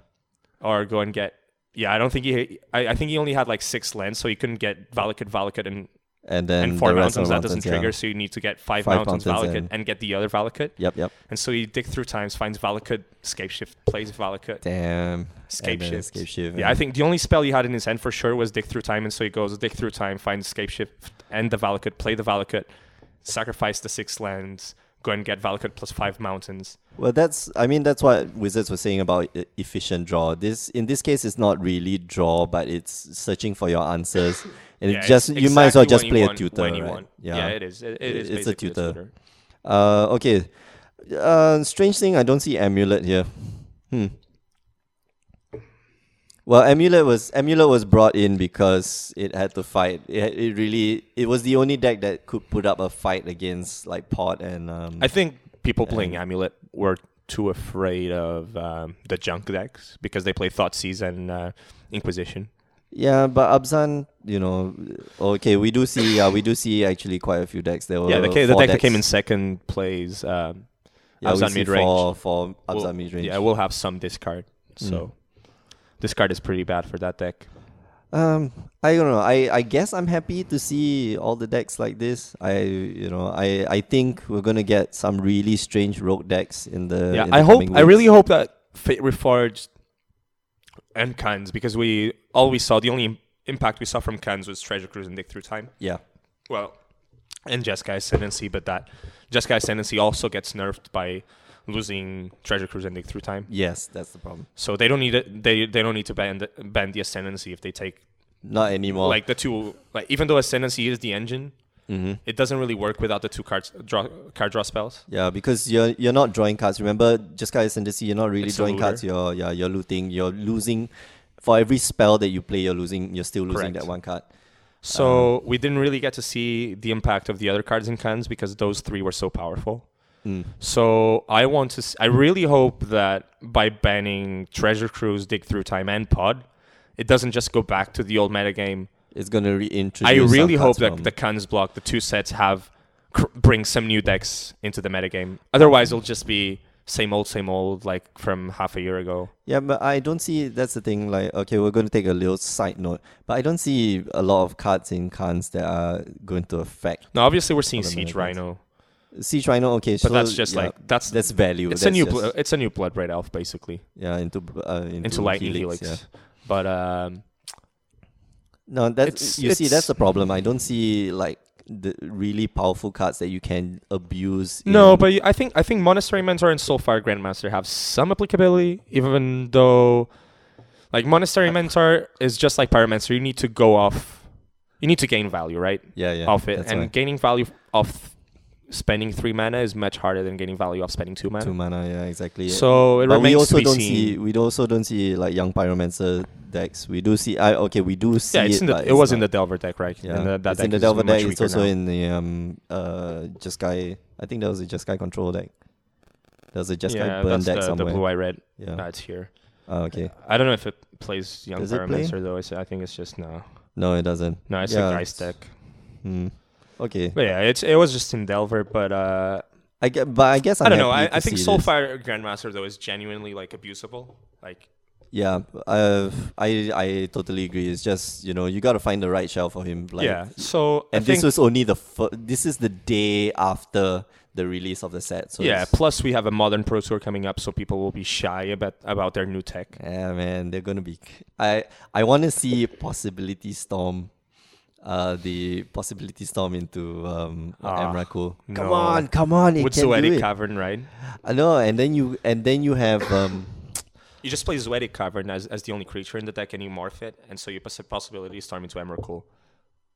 B: or go and get. Yeah, I don't think he. I, I think he only had like six lands, so he couldn't get Valakut, Valakut, and,
A: and then
B: and, four
A: the rest
B: mountains.
A: of the
B: That doesn't
A: mountains, yeah.
B: trigger, so you need to get five,
A: Five
B: mountains,
A: mountains
B: Valakut,
A: and-
B: and, get the other Valakut.
A: Yep, yep.
B: And so you dig through times, finds Valakut, scape shift, plays Valakut,
A: Damn.
B: scape
A: And then
B: shift.
A: Scape shift.
B: Yeah, I think the only spell he had in his hand for sure was dig through time, and so he goes dig through time, finds scape shift, and the Valakut, play the Valakut, sacrifice the six lands, go and get Valakut plus five mountains.
A: Well, that's. I mean, that's what wizards were saying about e- efficient draw. This, in this case, it's not really draw, but it's searching for your answers, and
B: (laughs)
A: it
B: Yeah, it's
A: just you might as well
B: exactly
A: just
B: when you
A: play a
B: want-
A: tutor,
B: when you
A: right?
B: want. Yeah. it is. It, it is
A: It's a
B: basically
A: tutor. Uh, okay. Uh, strange thing, I don't see amulet here. Hmm. Well, amulet was amulet was brought in because it had to fight. It, it really it was the only deck that could put up a fight against like pot and um.
B: I think people playing Amulet were too afraid of um, the junk decks because they play Thoughtseize and uh, Inquisition.
A: yeah, but Abzan, you know, okay, we do see yeah, we do see actually quite a few decks. There were
B: yeah, the, ca- the
A: four
B: deck that came in
A: decks.
B: second plays um,
A: yeah, we
B: Abzan
A: see
B: mid-range.
A: four for Abzan
B: will-
A: mid range. Mm.
B: Yeah, we'll have some discard. So discard is pretty bad for that deck.
A: Um, I don't know. I, I guess I'm happy to see all the decks like this. I you know I, I think we're gonna get some really strange rogue decks in the
B: yeah,
A: in the
B: I hope.
A: coming
B: I really
A: weeks.
B: hope that Fate Reforged and Cans because we all we saw the only im- impact we saw from Cans was Treasure Cruise and Dig Through Time.
A: yeah
B: Well, and Jessica Ascendancy, but that Jessica Ascendancy also gets nerfed by losing Treasure Cruise Ending through time.
A: Yes, that's the problem.
B: So they don't need it, they they don't need to ban ban the Ascendancy if they take
A: Not anymore.
B: like the two like even though Ascendancy is the engine,
A: Mhm.
B: it doesn't really work without the two cards draw card draw spells.
A: yeah, because you're you're not drawing cards. Remember, Jessica Ascendancy, you're not really
B: It's a
A: drawing
B: looter.
A: cards. You're yeah, you're looting. You're losing. For every spell that you play, you're losing. You're still losing
B: Correct.
A: that one card.
B: So
A: Um,
B: we didn't really get to see the impact of the other cards in cans because those three were so powerful.
A: Mm.
B: So I want to. s- I really hope that by banning Treasure Cruise, Dig Through Time, and Pod, it doesn't just go back to the old metagame.
A: It's gonna reintroduce.
B: I
A: some
B: really hope
A: cards
B: that
A: from-
B: the Cans block, the two sets, have cr- bring some new decks into the metagame. Otherwise, it'll just be same old, same old, like from half a year ago.
A: Yeah, but I don't see. That's the thing. Like, okay, we're going to take a little side note, but I don't see a lot of cards in cons that are going to affect
B: Now, obviously, we're seeing
A: Other
B: Siege
A: metagames.
B: Rhino,
A: siege rhino. Okay,
B: but that's just
A: yeah,
B: like that's
A: that's value.
B: it's a
A: that's
B: new
A: just-
B: blo- it's a new Blood Red Elf basically
A: yeah into uh, into,
B: into Lightning Helix.
A: yeah.
B: But um,
A: No, that's
B: It's-
A: you see. That's
B: it's-
A: the problem. I don't see like the really powerful cards that you can abuse.
B: No,
A: in-
B: but I think I think Monastery Mentor and Soulfire Grandmaster have some applicability, even though, like Monastery
A: Uh,
B: Mentor is just like Pyromancer. You need to go off, you need to gain value, right?
A: yeah, yeah,
B: off it,
A: that's
B: and
A: why.
B: gaining value off spending three mana is much harder than gaining value off spending two mana.
A: two mana. Yeah, exactly.
B: So it
A: but
B: remains
A: we also
B: to be
A: don't
B: seen.
A: see. We also don't see like young pyromancer decks. We do see. I okay. We do see.
B: yeah, it's
A: it,
B: in the,
A: but
B: it was
A: not-
B: in the Delver deck, right?
A: Yeah,
B: And the, that
A: it's
B: deck
A: in the
B: is
A: Delver
B: much
A: deck. It's
B: weaker
A: also
B: now.
A: in the um uh Jeskai. I think that was a Jeskai control deck. There was a Jeskai
B: yeah,
A: burn
B: that's
A: deck
B: the, the
A: somewhere.
B: blue eye red.
A: yeah.
B: That's here.
A: Oh, okay.
B: I don't know if it plays Young
A: Does it play?
B: Pyromancer though. It's, I think it's just no,
A: No, it doesn't.
B: no, it's
A: Yeah,
B: a Geist deck.
A: Hmm. Okay.
B: But yeah, it's it was just in Delver, but uh,
A: I get, but I guess I'm
B: I don't know.
A: happy
B: I,
A: to
B: I think
A: see this.
B: Soulfire Grandmaster though is genuinely like abusable. Like
A: Yeah, uh, I I totally agree. It's just you know you got to find the right shell for him. Like,
B: yeah. So
A: And
B: I
A: this
B: think,
A: was only the fir- this is the day after the release of the set. So
B: yeah.
A: it's-
B: Plus we have a Modern Pro Tour coming up, so people will be shy about about their new tech.
A: Yeah, man, they're gonna be. I I want to see possibility storm, uh, the possibility storm into um
B: Ah,
A: Emrakul. Come
B: no.
A: on, come on, it
B: With
A: can do
B: Zoetic
A: it.
B: Cavern, right?
A: I know, and then you and then you have um,
B: You just play Zoetic Cavern as, as the only creature in the deck, and you morph it, and so you pass a possibility storm into Emrakul.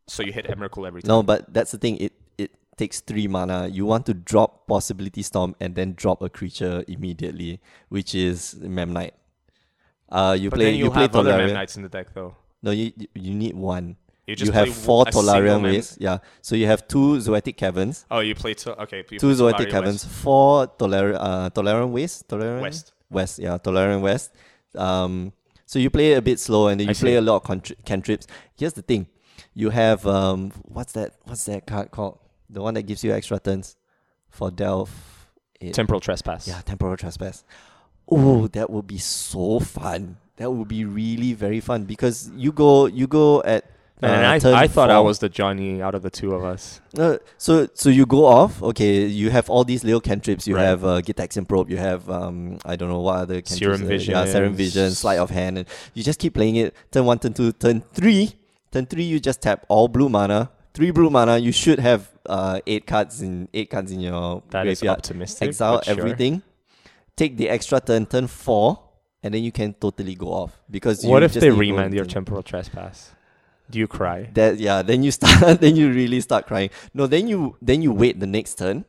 B: So you hit Emrakul every time.
A: no, but that's the thing. It it takes three mana. You want to drop possibility storm and then drop a creature immediately, which is Memnite. Uh, you
B: but
A: play
B: then
A: you
B: you'll
A: play
B: have other
A: Tolaria.
B: Memnites in the deck, though.
A: No, you you- you need one.
B: You
A: You,
B: just play
A: have
B: w-
A: four
B: a single
A: Tolarian
B: Mem-
A: waves. Yeah. So you have two Zoetic Caverns,
B: Oh, you play to okay. You
A: two
B: play Tolaria
A: Zoetic
B: West.
A: Caverns, four Toler uh Tolarian waves, Tolarian
B: West.
A: West, yeah, Tolarian West. Um so you play a bit slow and then
B: I
A: you play
B: see.
A: a lot of contri- cantrips. Here's the thing. You have um what's that what's that card called? The one that gives you extra turns for Delve. It-
B: Temporal Trespass.
A: yeah, temporal trespass. Oh, that would be so fun. That would be really very fun because you go you go at
B: Man,
A: uh,
B: I,
A: turn
B: I thought I
A: four.
B: was the Johnny out of the two of us.
A: Uh, so so you go off. Okay, you have all these little cantrips. You
B: Right.
A: have uh, Gitaxian probe. You have um I don't know what other cantrips.
B: Serum
A: are-
B: Vision.
A: Yeah, serum vision, sleight of hand, and you just keep playing it. Turn one, turn two, turn three, turn three. You just tap all blue mana. Three blue mana. You should have uh eight cards in eight cards in your
B: That is
A: graveyard
B: optimistic.
A: exile
B: but sure.
A: everything, take the extra turn, turn four, and then you can totally go off because
B: What
A: you
B: if
A: just
B: they
A: need to go
B: remand your
A: into-
B: temporal trespass? Do you cry?
A: That yeah, then you start, (laughs) then you really start crying. No, then you then you wait the next turn,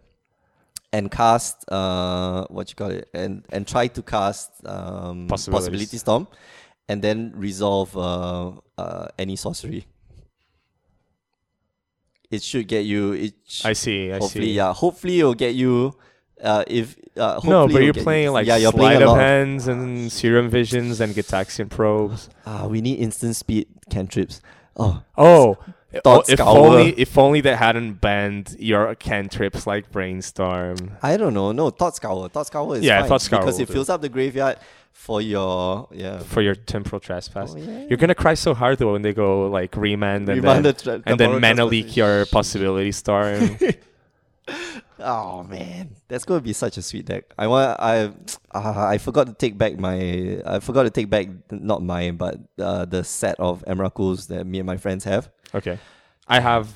A: and cast uh what you call it, and and try to cast um
B: Possibilities.
A: possibility storm, and then resolve uh, uh any sorcery. It should get you. It sh-
B: I see. I
A: hopefully,
B: see.
A: yeah. Hopefully, it'll get you. Uh, if uh, hopefully
B: No, but
A: it'll
B: you're
A: get you-
B: playing like
A: yeah, you're
B: sleight
A: playing a
B: of
A: lot. of-
B: hands and serum visions and
A: (laughs)
B: Gitaxian probes.
A: Ah, we need instant speed cantrips. Oh,
B: Oh, oh, if
A: Scourer.
B: only if only they hadn't banned your cantrips like brainstorm.
A: I don't know. No, Thought Scour. Thought Scour is
B: Yeah,
A: fine
B: Thought Scour
A: because
B: will
A: it
B: do.
A: fills up the graveyard for your yeah.
B: For your temporal trespass,
A: Oh, yeah.
B: you're gonna cry so hard though when they go like remand and
A: Remand
B: then,
A: the tre-
B: and
A: temporal
B: then mana
A: trespass.
B: leak your
A: (laughs)
B: possibility storm.
A: Oh man, that's gonna be such a sweet deck. I want. I uh, I forgot to take back my. I forgot to take back not mine, but uh, the set of Emrakuls that me and my friends have.
B: okay, I have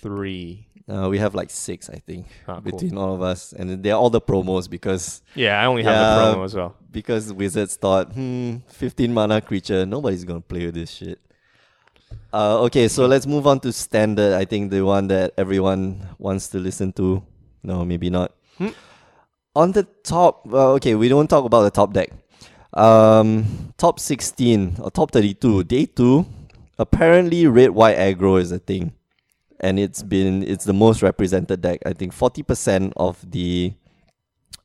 B: three.
A: Uh, we have like six, I think,
B: Ah, cool.
A: between all of us, and then they're all the promos because
B: Yeah, I only have
A: Yeah.
B: the promo as well.
A: because wizards thought, hmm, fifteen mana creature, nobody's gonna play with this shit. Uh, okay, so let's move on to standard. I think the one that everyone wants to listen to. No, maybe not.
B: Hmm.
A: On the top, well, okay, we don't talk about the top deck. Um, top sixteen or top thirty-two, day two. Apparently, red white aggro is a thing, and it's been it's the most represented deck. I think forty percent of the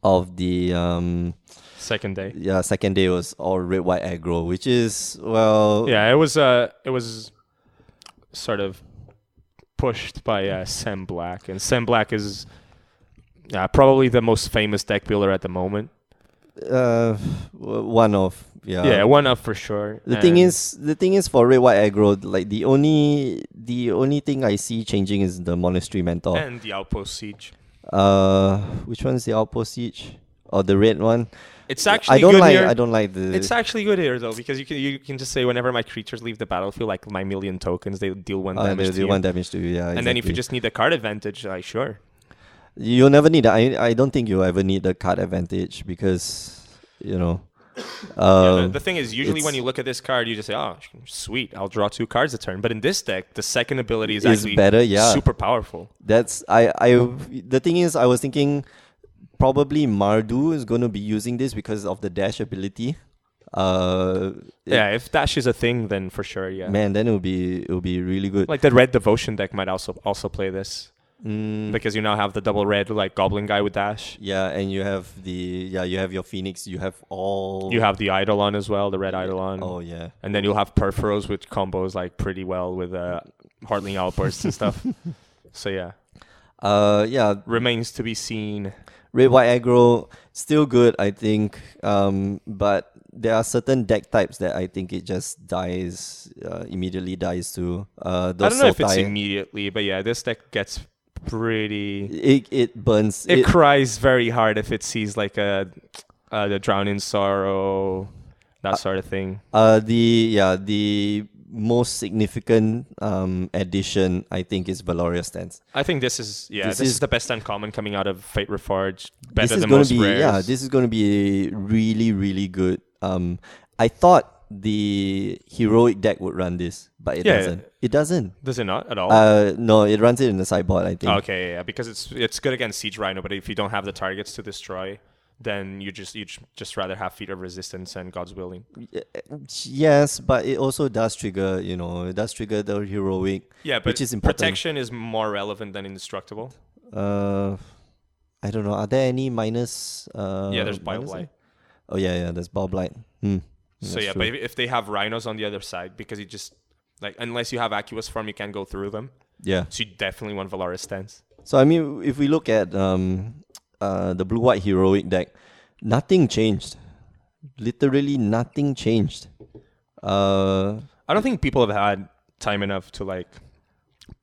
A: of the um
B: Second day.
A: yeah, second day was all red white aggro, which is well
B: Yeah, it was uh it was sort of pushed by uh, Sam Black, and Sam Black is uh, probably the most famous deck builder at the moment.
A: uh, w- one of yeah.
B: yeah, one up for sure.
A: Uh, The thing
B: and-
A: is, the thing is for red white aggro, like the only the only thing I see changing is the monastery mentor.
B: and the outpost siege.
A: Uh, which one's the outpost siege or the red one?
B: It's actually
A: I don't
B: good
A: like
B: here.
A: I don't like the.
B: It's actually good here though because you can you can just say whenever my creatures leave the battlefield, like my million tokens, they deal one
A: uh,
B: damage.
A: they
B: to
A: do
B: you.
A: one damage to you, yeah.
B: And then if you
A: exactly.
B: just need the card advantage, like sure.
A: You'll never need. I I don't think you'll ever need the card advantage because you know.
B: Yeah,
A: Uh,
B: the, the thing is, usually when
A: it's-
B: you look at this card, you just say, "Oh, sh- sweet, I'll draw two cards a turn." But in this deck, the second ability is,
A: Is
B: actually
A: better, yeah.
B: super powerful.
A: That's I I the thing is I was thinking probably Mardu is going to be using this because of the dash ability. Uh it-
B: yeah, if dash is a thing, then for sure, yeah.
A: man, then it will be it will be really good.
B: Like the red devotion deck might also also play this
A: Mm,
B: because you now have the double red like goblin guy with dash.
A: yeah, and you have the yeah, you have your Phoenix, you have all
B: You have the Eidolon as well, the red Eidolon.
A: Oh yeah.
B: and then you'll have Perforos, which combos like pretty well with uh, Heartling Outbursts and
A: (laughs)
B: stuff. So yeah,
A: Uh yeah,
B: remains to be seen.
A: Red White Aggro still good, I think. Um, but there are certain deck types that I think it just dies uh, immediately dies to. Uh,
B: I don't know if it's
A: Dosotai,
B: immediately, but yeah, this deck gets pretty.
A: it it burns.
B: It, cries very hard if it sees like a uh, the drown in sorrow, that sort of thing.
A: Uh, the yeah, the most significant um addition I think is Valorious Stance.
B: I think this is yeah,
A: This
B: this,
A: is-
B: is, the best uncommon coming out of Fate Reforged. Better
A: this is
B: than
A: gonna
B: most
A: be
B: rares.
A: yeah, this is gonna be really really good. Um, I thought the heroic deck would run this, but it
B: Yeah.
A: doesn't. It doesn't.
B: Does it not at all?
A: Uh, no, it runs it in the sideboard. I think.
B: okay, yeah, because it's it's good against Siege Rhino, but if you don't have the targets to destroy, then you just you j- just rather have Feet of Resistance and God's Willing.
A: Yes, but it also does trigger. You know, it does trigger the heroic.
B: Yeah, but
A: Which is important.
B: protection is more relevant than indestructible.
A: Uh, I don't know. Are there any minus? Uh,
B: yeah, there's Bio
A: minus-
B: Blight.
A: Oh yeah, yeah. There's Bob Blight. Hmm.
B: So
A: That's
B: yeah,
A: true.
B: but if, if they have rhinos on the other side, because you just like unless you have Aqueous form, you can't go through them.
A: Yeah.
B: So you definitely want Valaris stance.
A: So I mean, if we look at um, uh, the blue white heroic deck, nothing changed. Literally nothing changed. Uh,
B: I don't think people have had time enough to like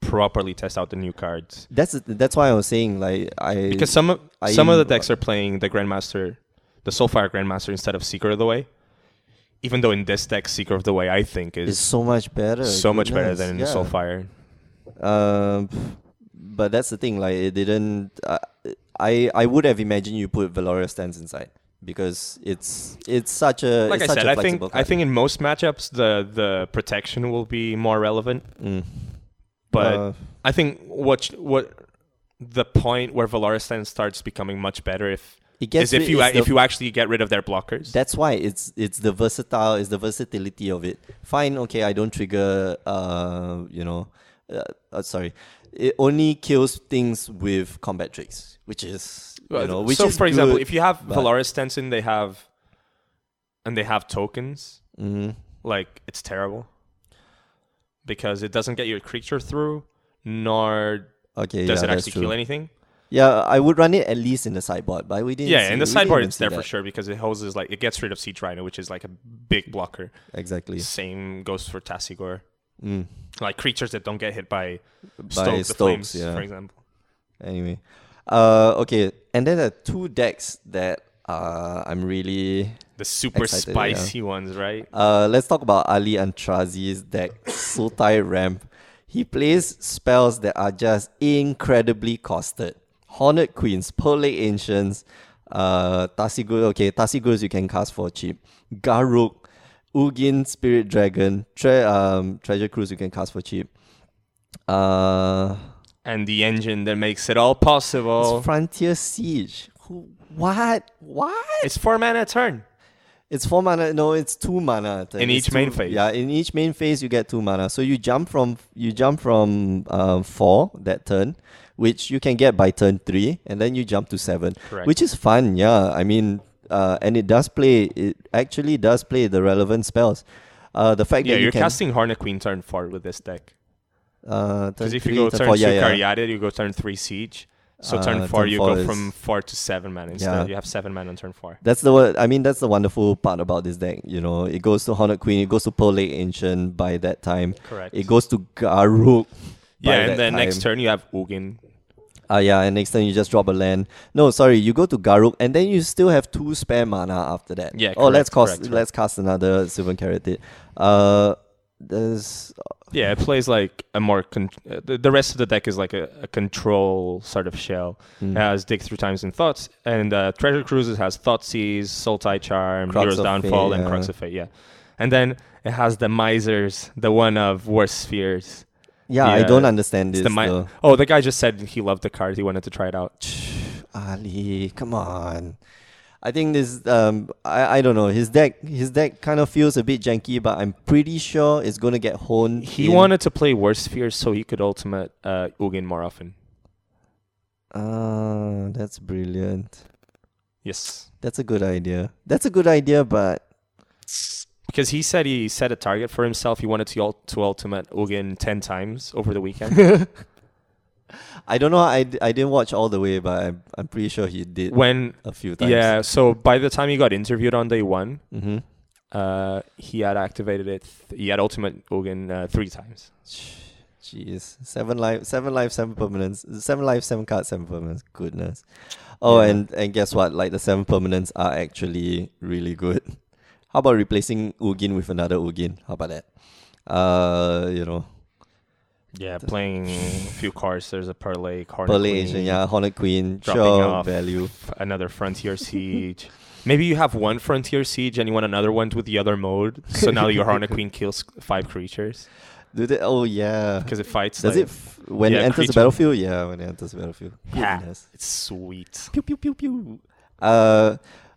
B: properly test out the new cards
A: that's that's why I was saying like I
B: because some of
A: I-
B: some of the decks are playing the Grandmaster, the Soulfire Grandmaster instead of Seeker of the Way. Even though in this deck, Seeker of the Way I think
A: it's
B: is
A: so much better.
B: so much better than in
A: the
B: Soulfire.
A: Um, but that's the thing. Like it didn't. Uh, I I would have imagined you put Valorious Stance inside because it's it's such a
B: Like
A: it's
B: I
A: such
B: said,
A: a
B: I think
A: flexible
B: I
A: card.
B: think in most matchups the the protection will be more relevant,
A: Mm.
B: but.
A: Uh,
B: I think what what the point where Valaris then starts becoming much better if
A: it gets
B: is if
A: rid-
B: you
A: it's
B: a-
A: the-
B: if you actually get rid of their blockers.
A: That's why it's it's the versatile, it's the versatility of it. Fine, okay, I don't trigger. Uh, you know, uh, uh, sorry, it only kills things with combat tricks, which is you
B: Well,
A: know, which
B: so
A: is
B: for example,
A: good,
B: if you have
A: but-
B: Valaris Stenson, they have and they have tokens,
A: Mhm.
B: like it's terrible. Because it doesn't get your creature through, nor
A: okay,
B: does
A: yeah,
B: it
A: that's
B: actually
A: true.
B: kill anything.
A: Yeah, I would run it at least in the sideboard, but we didn't.
B: Yeah,
A: see,
B: in
A: we
B: the
A: didn't
B: sideboard
A: even
B: it's
A: see
B: there for
A: that.
B: sure because it hoses like it gets rid of Siege Rhino, which is like a big blocker.
A: Exactly.
B: Same goes for Tassigor.
A: Mm.
B: Like creatures that don't get hit by
A: By
B: Stoke the
A: Stokes,
B: Flames,
A: yeah.
B: for example.
A: Anyway, uh, okay, and then there are two decks that uh, I'm really
B: The super
A: Excited,
B: spicy ones, right?
A: Uh, let's talk about Ali Antrazi's deck, Sultai Ramp. He plays spells that are just incredibly costed. Hornet Queens, Pearl Lake Ancients, uh, Tasigur, okay, Tasigurs you can cast for cheap. Garuk, Ugin Spirit Dragon, tre- um, Treasure Cruise you can cast for cheap. Uh,
B: and the engine that makes it all possible.
A: it's Frontier Siege. Who, what? What?
B: It's four mana a turn.
A: It's four mana. No, it's two mana. I think.
B: In
A: It's
B: each main
A: two-
B: phase.
A: Yeah, in each main phase you get two mana. So you jump from you jump from um, four that turn, which you can get by turn three, and then you jump to seven,
B: Correct.
A: which is fun. Yeah, I mean, uh, and it does play. It actually does play the relevant spells. Uh, the fact
B: Yeah,
A: that you
B: you're
A: can,
B: casting Hornet Queen turn four with this deck.
A: uh, turn
B: Because if you
A: three,
B: go
A: turn
B: turn
A: four,
B: two
A: yeah, yeah.
B: Cariatid, you go turn three Siege. So
A: Uh,
B: turn four,
A: turn
B: you
A: four
B: go
A: is-
B: from four to seven mana instead.
A: Yeah.
B: You have seven mana on turn four.
A: That's the wo- I mean that's the wonderful part about this deck. You know, it goes to Haunted Queen, it goes to Pearl Lake Ancient by that time.
B: Correct.
A: It goes to Garuk. by
B: yeah,
A: that
B: and then next
A: time.
B: turn you have Ugin.
A: Ah, yeah, and next time you just drop a land. No, sorry, you go to Garuk, and then you still have two spare mana after that.
B: Yeah,
A: Oh, let's cast
B: correct, correct,
A: let's cast another Sylvan Carrot. Uh, there's
B: Yeah, it plays like a more con- uh, the, the rest of the deck is like a, a control sort of shell.
A: Mm.
B: It has dig through times and thoughts, and uh, treasure cruises has thought seize, soul tie charm,
A: Crux
B: hero's
A: of
B: downfall,
A: Fate,
B: and
A: yeah.
B: crux of fate. Yeah, and then it has the misers, the one of worst spheres.
A: yeah, I
B: Yeah,
A: don't understand
B: It's
A: this.
B: the mi-
A: though.
B: oh, the guy just said he loved the card. He wanted to try it out.
A: Ali, come on. I think this um I, I don't know, his deck his deck kind of feels a bit janky, but I'm pretty sure it's gonna get honed.
B: He
A: in.
B: wanted to play worst spheres so he could ultimate uh, Ugin more often.
A: Ah, that's brilliant.
B: Yes,
A: That's a good idea. That's a good idea, but
B: because he said he set a target for himself. He wanted to ult- to ultimate Ugin ten times over the weekend.
A: I don't know. I, d- I didn't watch all the way, but I'm, I'm pretty sure he did
B: when
A: a few times.
B: Yeah, so by the time he got interviewed on day one,
A: Mm-hmm.
B: uh, he had activated it. Th- he had Ultimate Ugin uh, three times.
A: Jeez, seven life, seven life, seven permanents, seven life, seven cards, seven permanents. Goodness. Oh,
B: Yeah.
A: and and guess what? Like the seven permanents are actually really good. (laughs) How about replacing Ugin with another Ugin? How about that? Uh, you know,
B: Yeah, playing a few cards. There's a Perlay, Hornet
A: Pearl
B: Queen,
A: Asian, yeah, Hornet Queen,
B: dropping
A: sure,
B: off
A: value.
B: another Frontier (laughs) Siege. Maybe you have one Frontier Siege and you want another one with the other mode. So
A: (laughs)
B: now your Hornet Queen kills five creatures
A: Do they, oh yeah.
B: because it fights.
A: Does
B: like,
A: it f- when
B: yeah,
A: it enters
B: creature-
A: the battlefield? Yeah, when it enters the battlefield.
B: Ha.
A: Goodness.
B: It's sweet.
A: pew pew pew pew. Uh,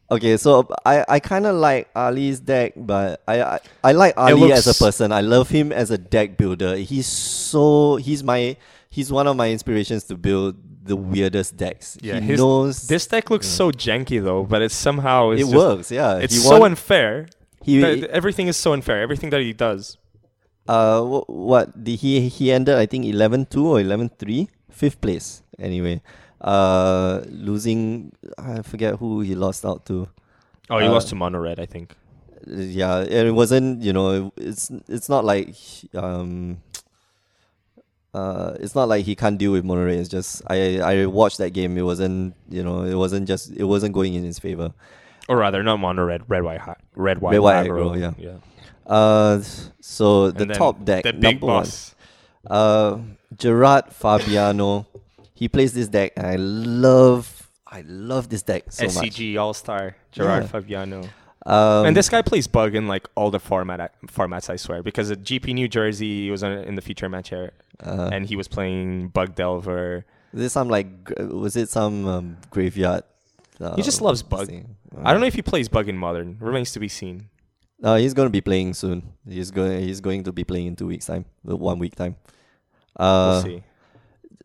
A: okay, so I, I kind of like Ali's deck, but I I, I like Ali as
B: looks-
A: a person. I love him as a deck builder. He's so he's my he's one of my inspirations to build the weirdest decks.
B: Yeah,
A: he
B: his-
A: knows
B: This deck looks so janky though, but it's somehow
A: it
B: it's just-
A: works. Yeah,
B: It's
A: he
B: so
A: won-
B: unfair.
A: he-
B: Th- th- everything is so unfair. Everything that he does.
A: uh wh- what did he he ended I think 11-2 or 11-3 fifth place anyway uh losing I forget who he lost out to
B: Oh,
A: Uh,
B: he lost to mono red, I think.
A: yeah and it wasn't you know it's it's not like um uh it's not like he can't deal with Monterey it's just I I watched that game it wasn't you know it wasn't just it wasn't going in his favor
B: Or rather, not mono red, red white, hi- red white,
A: Red, white,
B: aggro,
A: aggro, yeah.
B: yeah.
A: uh so the
B: And then
A: top deck
B: the big
A: number one.
B: boss.
A: Uh, Gerard Fabiano. he plays this deck, and I love, I love this deck so much.
B: SCG All Star Gerard
A: Yeah.
B: Fabiano,
A: Um,
B: and this guy plays bug in like all the format formats. I swear, because at GP New Jersey he was on, in the feature match here,
A: uh,
B: and he was playing bug delver.
A: is this some like, gr- was it some um, graveyard? Uh,
B: He just loves bug.
A: thing?
B: I don't know if he plays bug in modern. Remains to be seen.
A: Uh, he's gonna be playing soon. He's going, he's going to be playing in two weeks time, uh, one week time. Uh,
B: We'll see.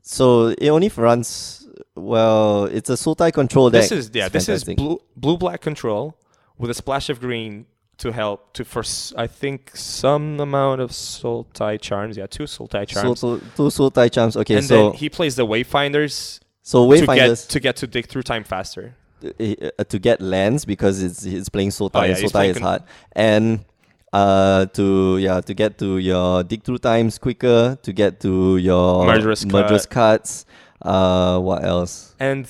A: so it only runs. Well, it's a Sultai control deck.
B: This is yeah.
A: It's
B: This
A: fantastic.
B: is blue blue black control with a splash of green to help to for s- I think some amount of soul tie charms. Yeah, two soul tie charms.
A: So, so, two Sultai charms. Okay,
B: and
A: so
B: then he plays the wayfinders,
A: so
B: to get
A: Wayfinders.
B: to get to dig through time faster.
A: uh, uh, to get lands because it's it's playing Sotai
B: Oh, yeah,
A: and
B: he's
A: Sotai
B: playing
A: is
B: con-
A: hard. And uh to yeah, to get to your dig through times quicker, to get to your
B: Murderous cut.
A: cuts. Uh what else?
B: And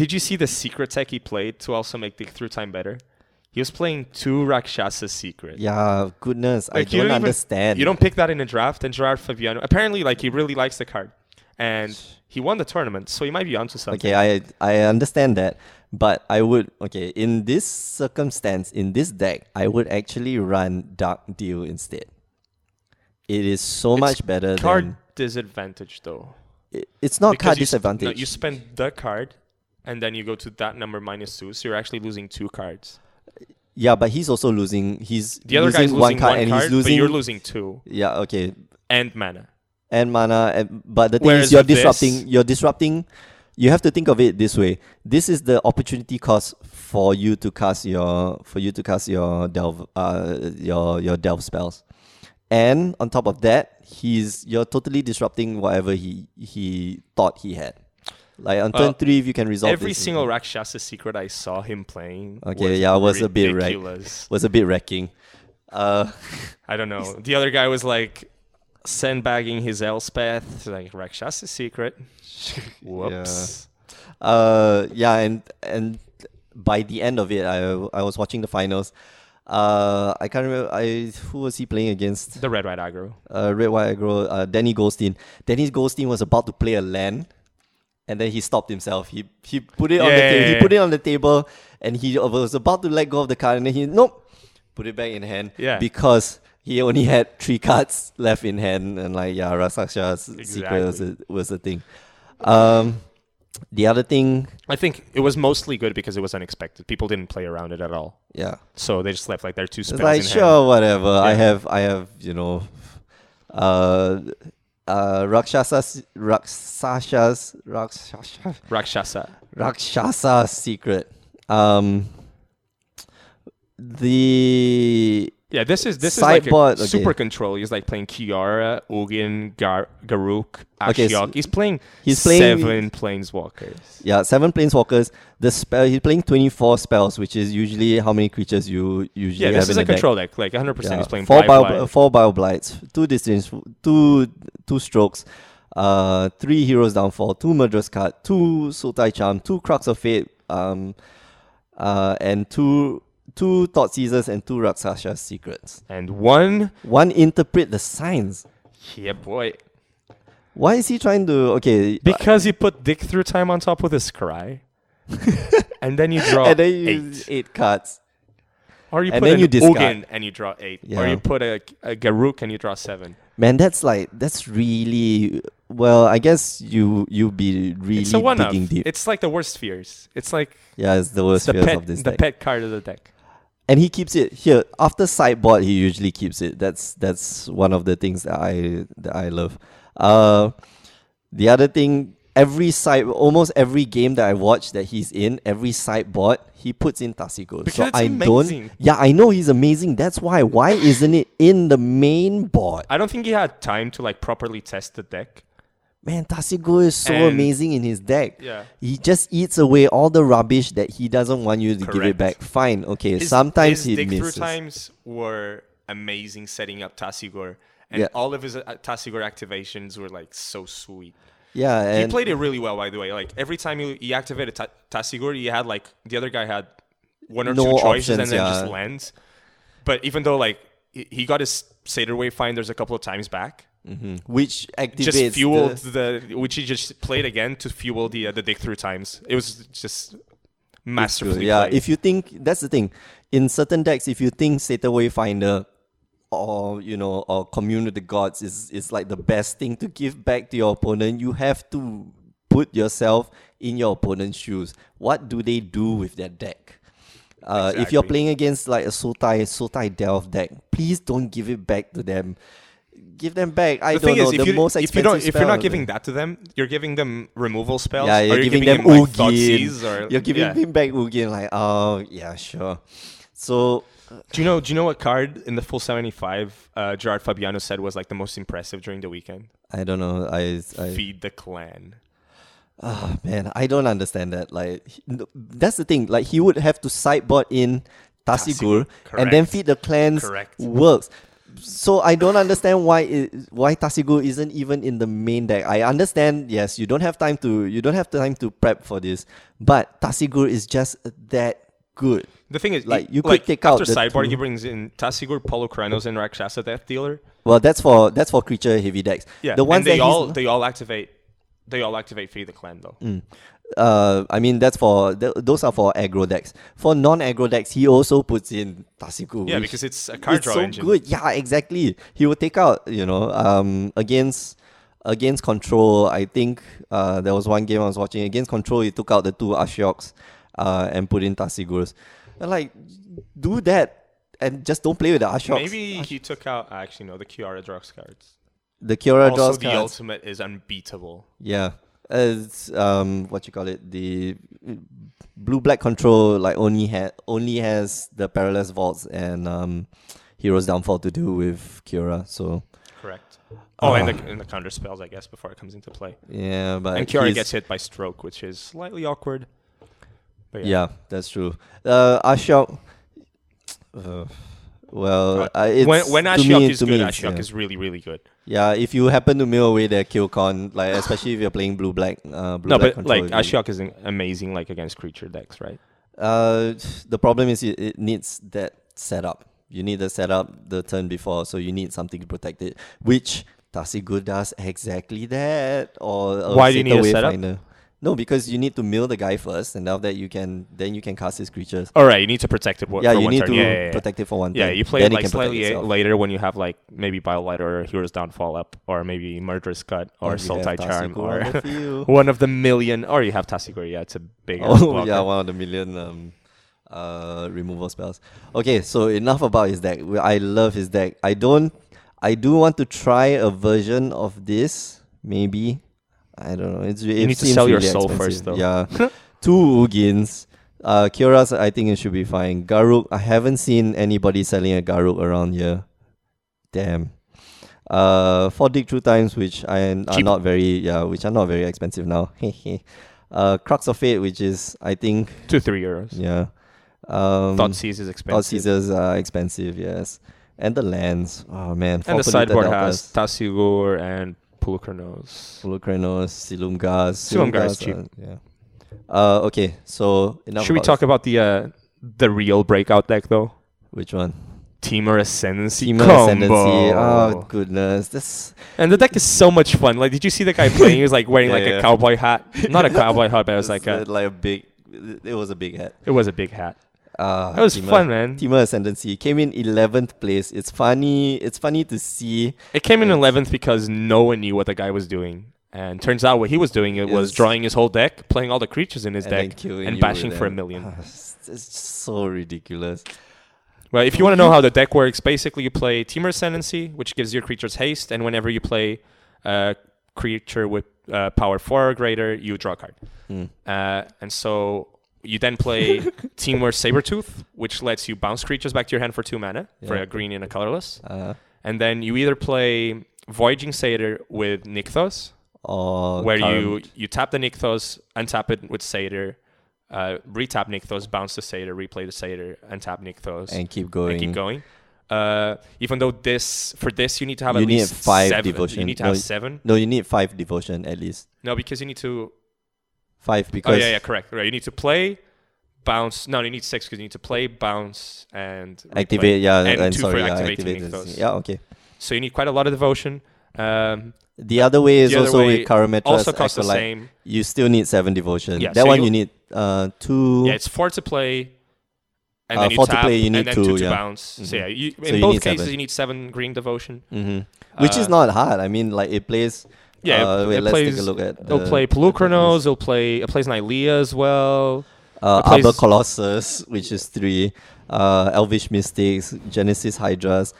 B: did you see the secret tech he played to also make dig through time better? He was playing two Rakshasa secret.
A: Yeah, goodness, I don't,
B: Like, you even-
A: understand.
B: you don't pick that in a draft, and Gerard Fabiano apparently like he really likes the card, and he won the tournament, so he might be onto something.
A: Okay, I I understand that, but I would okay in this circumstance in this deck I would actually run Dark Deal instead. It is so much better
B: card
A: than
B: disadvantage though.
A: it- it's not Oh,
B: Because
A: card
B: you sp-
A: disadvantage.
B: no, you spend the card, and then you go to that number minus two, so you're actually losing two cards.
A: yeah, but he's also losing. He's
B: The other
A: losing
B: guy's losing
A: one card and he's losing.
B: but you're losing two
A: yeah, okay,
B: and mana.
A: and mana. And, but the thing
B: Whereas
A: is, you're
B: with this-
A: disrupting. you're disrupting. You have to think of it this way. This is the opportunity cost for you to cast your for you to cast your delve uh your your delve spells, and on top of that, he's you're totally disrupting whatever he he thought he had. Like on turn
B: Well,
A: three, if you can resolve
B: Every
A: this-
B: single Rakshasa secret I saw him playing.
A: Okay, yeah, was a bit right.
B: ridiculous.
A: was a bit wrecking. Uh, (laughs)
B: I don't know. The other guy was like sandbagging his Elspeth, like Rakshasa secret. (laughs) Whoops.
A: uh yeah and and by the end of it i i was watching the finals uh i can't remember i who was he playing against
B: The red white aggro.
A: uh red white aggro uh danny goldstein danny goldstein was about to play a land and then he stopped himself he he put it on the
B: Yeah,
A: table
B: yeah,
A: he
B: yeah.
A: put it on the table and he was about to let go of the card and then he nope put it back in hand
B: Yeah.
A: because he only had three cards left in hand and like yeah rasaksha's secret was a,
B: Exactly.
A: was the thing um the other thing
B: I think it was mostly good because it was unexpected. People didn't play around it at all.
A: yeah
B: So they just left like their two
A: It's
B: spells
A: like
B: in
A: sure,
B: hand.
A: whatever. I
B: Yeah.
A: have, I have, you know, uh, uh, Rakshasa, Rakshasas, Rakshasa,
B: Rakshasa.
A: Rakshasa secret. Um, the
B: Yeah, this is this is
A: Sideboard,
B: like
A: okay.
B: a super control. He's like playing Kiara, Ugin, Gar- Garuk,
A: Okay,
B: Ashiok.
A: so
B: he's playing
A: he's playing-
B: seven planeswalkers.
A: yeah, seven planeswalkers. The spell he's playing twenty four spells, which is usually how many creatures you usually
B: Yeah,
A: have
B: this is
A: in
B: a
A: the deck.
B: control deck. Like 100% he's playing
A: four
B: five
A: bio,
B: life.
A: uh, four bio blights, two distance, two two strokes, uh, three heroes downfall, two murderous card, two sultai charm, two crux of fate, um, uh, and two two thought seizers and two raksasha secrets.
B: and one.
A: One interpret the signs.
B: Yeah, boy.
A: Why is he trying to? Okay, uh,
B: Because you put dick through time on top with a scry. (laughs) and then you draw
A: uh, and then you
B: eight.
A: use eight cards.
B: Or you
A: and
B: put
A: then
B: an
A: you discard.
B: Ugin and you draw eight. Or
A: Yeah.
B: you put a, a Garuk and you draw seven.
A: Man, that's like that's really well. I guess you you be really
B: It's a one up.
A: digging deep.
B: It's like the worst fears. It's like
A: yeah, it's the worst
B: the
A: fears
B: pet,
A: of this
B: the
A: deck.
B: pet card of the deck.
A: and he keeps it here after sideboard he usually keeps it that's that's one of the things that i that i love uh the other thing every side almost every game that i watch that he's in every sideboard he puts in Tasiko.
B: Because
A: so
B: it's
A: i
B: amazing.
A: don't yeah i know he's amazing that's why why isn't it in the main board
B: I don't think he had time to like properly test the deck.
A: man Tasiko is so
B: And-
A: amazing in his deck
B: Yeah.
A: he just eats away all the rubbish that he doesn't want you to give it
B: Correct.
A: back fine okay
B: His-
A: sometimes
B: his
A: he
B: dig
A: misses
B: through times were amazing setting up Tassigor, and
A: Yeah.
B: all of his uh, Tassigor activations were like so sweet.
A: yeah
B: He
A: and
B: played it really well, by the way. Like every time he, he activated Ta- Tassigor, he had like the other guy had one or
A: No
B: two choices
A: options,
B: and then just
A: yeah.
B: lands. But even though like he, he got his Seder Wayfinders a couple of times back,
A: which activates
B: just fueled
A: the-
B: the, which he just played again to fuel the uh, the dig through times. It was just masterfully
A: yeah
B: played.
A: if you think that's the thing in certain decks if you think Satan Wayfinder or you know or Commune of the Gods is is like the best thing to give back to your opponent you have to put yourself in your opponent's shoes what do they do with their deck uh, If you're
B: Exactly.
A: playing against like a Sotai Sotai Delve deck, please don't give it back to them. Give them back. I don't
B: the thing
A: know
B: is, if,
A: the
B: you,
A: most
B: if
A: expensive
B: you don't, if you're
A: spell.
B: not giving that to them, you're giving them removal spells.
A: Yeah,
B: or
A: you're, giving, them
B: like,
A: Ugin.
B: Thoughtseize or,
A: (laughs) you're giving
B: yeah.
A: him back Ugin. Like, oh yeah, sure. So
B: Do you know? Do you know what card in the full seventy-five? Uh, Gerard Fabiano said was like the most impressive during the weekend.
A: I don't know. I, I
B: Feed the clan.
A: oh, man, I don't understand that. Like, he- no- that's the thing. Like, he would have to sideboard in Tasigur
B: Tasigur,
A: and then
B: correct.
A: feed the clans.
B: Correct.
A: Works. So I don't understand why it, why Tasigur isn't even in the main deck. I understand. Yes, you don't have time to you don't have time to prep for this, but Tasigur is just that good.
B: The thing is,
A: Like,
B: it-
A: you could
B: like,
A: take out
B: after
A: the
B: sidebar.
A: two-
B: He brings in Tasigur, Paulo Kranos, and Rakshasa Death Dealer.
A: Well, that's for that's for creature heavy decks.
B: Yeah,
A: the ones
B: and
A: that
B: they
A: he's-
B: all they all activate. They all activate Feed the Clan though.
A: Mm. uh, I mean, that's for th- those are for aggro decks. For non-aggro decks, he also puts in Tasiku.
B: Yeah,
A: which
B: because it's a card
A: is
B: draw
A: so
B: engine.
A: good. Yeah, exactly. He will take out, you know, um, against against control. I think uh, there was one game I was watching against control. He took out the two Ashiok's uh, and put in Tasigurs. And like, do that and just don't play with the Ashioks.
B: Maybe he took out. Actually, no, the Kiara Drox cards.
A: the Kiora
B: also,
A: draws
B: the
A: cards.
B: ultimate is unbeatable.
A: Yeah. It's um what you call it the blue black control like only ha- only has the perilous vaults and um heroes downfall to do with Kiora so
B: Correct. Oh, and,
A: Ah.
B: the, and the counter spells, I guess, before it comes into play.
A: yeah but
B: And Kiara
A: Uh, he's-
B: gets hit by stroke, which is slightly awkward. But
A: yeah. that's true uh Ashok uh, well uh, it's
B: when when
A: to me-
B: Ashiok is
A: to me
B: good,
A: it's-
B: Ashiok
A: yeah.
B: is really really good.
A: yeah if you happen to mill away their kill con like especially if you're playing blue black uh blue
B: no,
A: black
B: but
A: control,
B: like
A: you-
B: Ashiok is an- amazing like against creature decks, right?
A: Uh, the problem is it, it needs that setup. You need the setup the turn before, so you need something to protect it, which Tasigur does exactly that. Or a
B: Why do you need
A: Zeta
B: a setup?
A: Wayfinder. No, because you need to mill the guy first, and now that you can, then you can cast his creatures.
B: All right, you need to protect it. wo-
A: yeah,
B: for
A: you
B: one
A: need
B: turn.
A: to
B: yeah, yeah, yeah.
A: protect it for one.
B: Yeah,
A: turn.
B: you play
A: Then
B: it like
A: can protect
B: slightly a-
A: itself.
B: later when you have like maybe Biolight or Heroes Downfall up, or maybe Murderous Cut or
A: Or you have
B: Sultai Charm
A: Tasigur on
B: (laughs)
A: the
B: or
A: field.
B: one of the million, or you have Tasigur. Yeah, it's a big. ass
A: Oh yeah,
B: blocker.
A: one of the million um, uh, removal spells. Okay, so enough about his deck. We- I love his deck. I don't. I do want to try a version of this. Maybe I don't know. It's re- it
B: need to
A: seems
B: sell your
A: really
B: soul
A: expensive.
B: first, though. (laughs)
A: Yeah, two Ugins. Uh, Kioras, I think it should be fine. Garuk, I haven't seen anybody selling a Garuk around here. Damn. Uh, four dig through times, which I are
B: Cheap.
A: not very yeah, which are not very expensive now. (laughs) uh, Crux of Fate, which is I think
B: two three euros.
A: yeah. Um,
B: Thought Seize is expensive.
A: Thought Caesars are expensive, yes. And the lands, oh man. four
B: and the
A: polluted
B: sideboard has
A: deltas.
B: Tasigur and Pulukranos.
A: Fulcranos, Silumgas,
B: Silumgar is cheap.
A: uh, yeah. Uh, okay, so enough
B: Should we
A: about
B: talk about the uh, the real breakout deck though?
A: which one?
B: Teamer Ascendancy
A: Teamer
B: combo.
A: Ascendancy. Oh goodness, this
B: And the deck is so much fun. Like, did you see
A: (laughs)
B: the guy playing? He was like wearing
A: Yeah,
B: like
A: yeah.
B: a cowboy hat. (laughs)
A: (laughs)
B: Not a cowboy hat, but it was like a.
A: like a big. It was a big hat.
B: It was a big hat.
A: Uh,
B: That was
A: Timur-
B: fun, man.
A: Timur Ascendancy came in eleventh place. It's funny. It's funny to see.
B: It came in eleventh because no one knew what the guy was doing, and turns out what he was doing it was
A: Is-
B: drawing his whole deck, playing all the creatures in his
A: And then
B: deck,
A: killing
B: and
A: you
B: bashing
A: with
B: for a
A: them.
B: million.
A: Ah, (laughs) it's it's so ridiculous.
B: Well, if you want to know how the deck works, basically you play Teamer Ascendancy, which gives your creatures haste, and whenever you play a creature with uh, power four or greater, you draw a card.
A: Hmm.
B: Uh, and so you then play Teamer Sabertooth, which lets you bounce creatures back to your hand for two mana, for
A: Yeah.
B: a green and a colorless.
A: Uh,
B: And then you either play Voyaging Satyr with Nykthos,
A: or
B: where you,
A: current-
B: you tap the Nykthos, untap it with Satyr, uh, retap Nykthos, bounce the Satyr, replay the Satyr, untap Nykthos
A: and keep going.
B: and keep going. Uh, even though this for this you need to have
A: You
B: at
A: need
B: least
A: five
B: seven.
A: devotion.
B: You need to
A: No,
B: have
A: y-
B: seven.
A: No, you need five devotion at least.
B: No, because you need to.
A: Five
B: Oh
A: because
B: yeah, yeah, correct. Right, you need to play, bounce. No, you need six because you need to play, bounce, and replay.
A: activate. Yeah,
B: and,
A: and
B: two
A: sorry,
B: for
A: yeah,
B: activating
A: activate this.
B: Nykthos.
A: Yeah, okay.
B: So you need quite a lot of devotion. Um,
A: The other way is
B: the other
A: also
B: way
A: with Karametras.
B: also costs the
A: Acolyte.
B: same.
A: You still need seven devotion.
B: Yeah,
A: that
B: so
A: one
B: you-
A: you, need uh two.
B: Yeah, it's four to play. And
A: Uh,
B: then you
A: four to
B: tap,
A: play, you need
B: and then
A: two,
B: two to
A: yeah.
B: bounce. So
A: Mhm.
B: yeah, you, in
A: you
B: both
A: need
B: cases
A: seven.
B: you need seven green devotion.
A: Mm-hmm. Which is
B: Uh,
A: not hard. I mean, like it plays.
B: Yeah,
A: uh,
B: it,
A: wait,
B: it
A: let's
B: plays.
A: take a look at.
B: it'll
A: the-
B: play
A: the
B: Pulukranos. It'll play. It plays Nylea as well.
A: buttons. Uh,
B: it plays-
A: Arbor Colossus, which is three. Uh, Elvish Mystics, Genesis Hydras,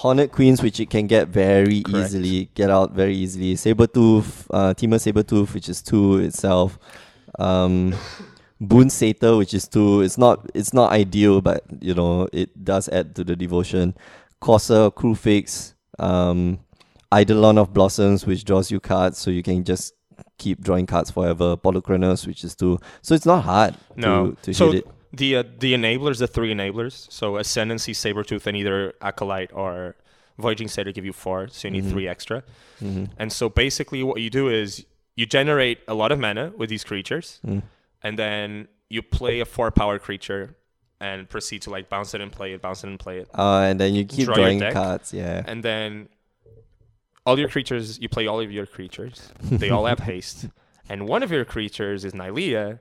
A: Hornet Queens, which it can get very
B: Correct.
A: easily, get out very easily. Sabretooth, uh, Teamer Sabretooth, which is two itself. Um, Boon Satyr, which is two. It's not it's not ideal, but you know it does add to the devotion. Corsair, Crew Fix, um, Eidolon of Blossoms, which draws you cards, so you can just keep drawing cards forever. Polochronos, which is two. So it's not hard
B: No.
A: to, to
B: so
A: hit it.
B: the uh, the enablers, the three enablers, so Ascendancy, Sabretooth, and either Acolyte or Voyaging Satyr give you four, so you need
A: Mm-hmm.
B: three extra. And so basically, what you do is you generate
A: Mm-hmm.
B: a lot of mana with these creatures, and then you play a four power creature and proceed to like bounce it and play it, bounce it and play it.
A: Uh, and then you keep
B: Draw your
A: drawing
B: deck.
A: cards. Yeah.
B: And then all your creatures, you play all of
A: (laughs)
B: your creatures. They all have haste. And one of your creatures is Nylea,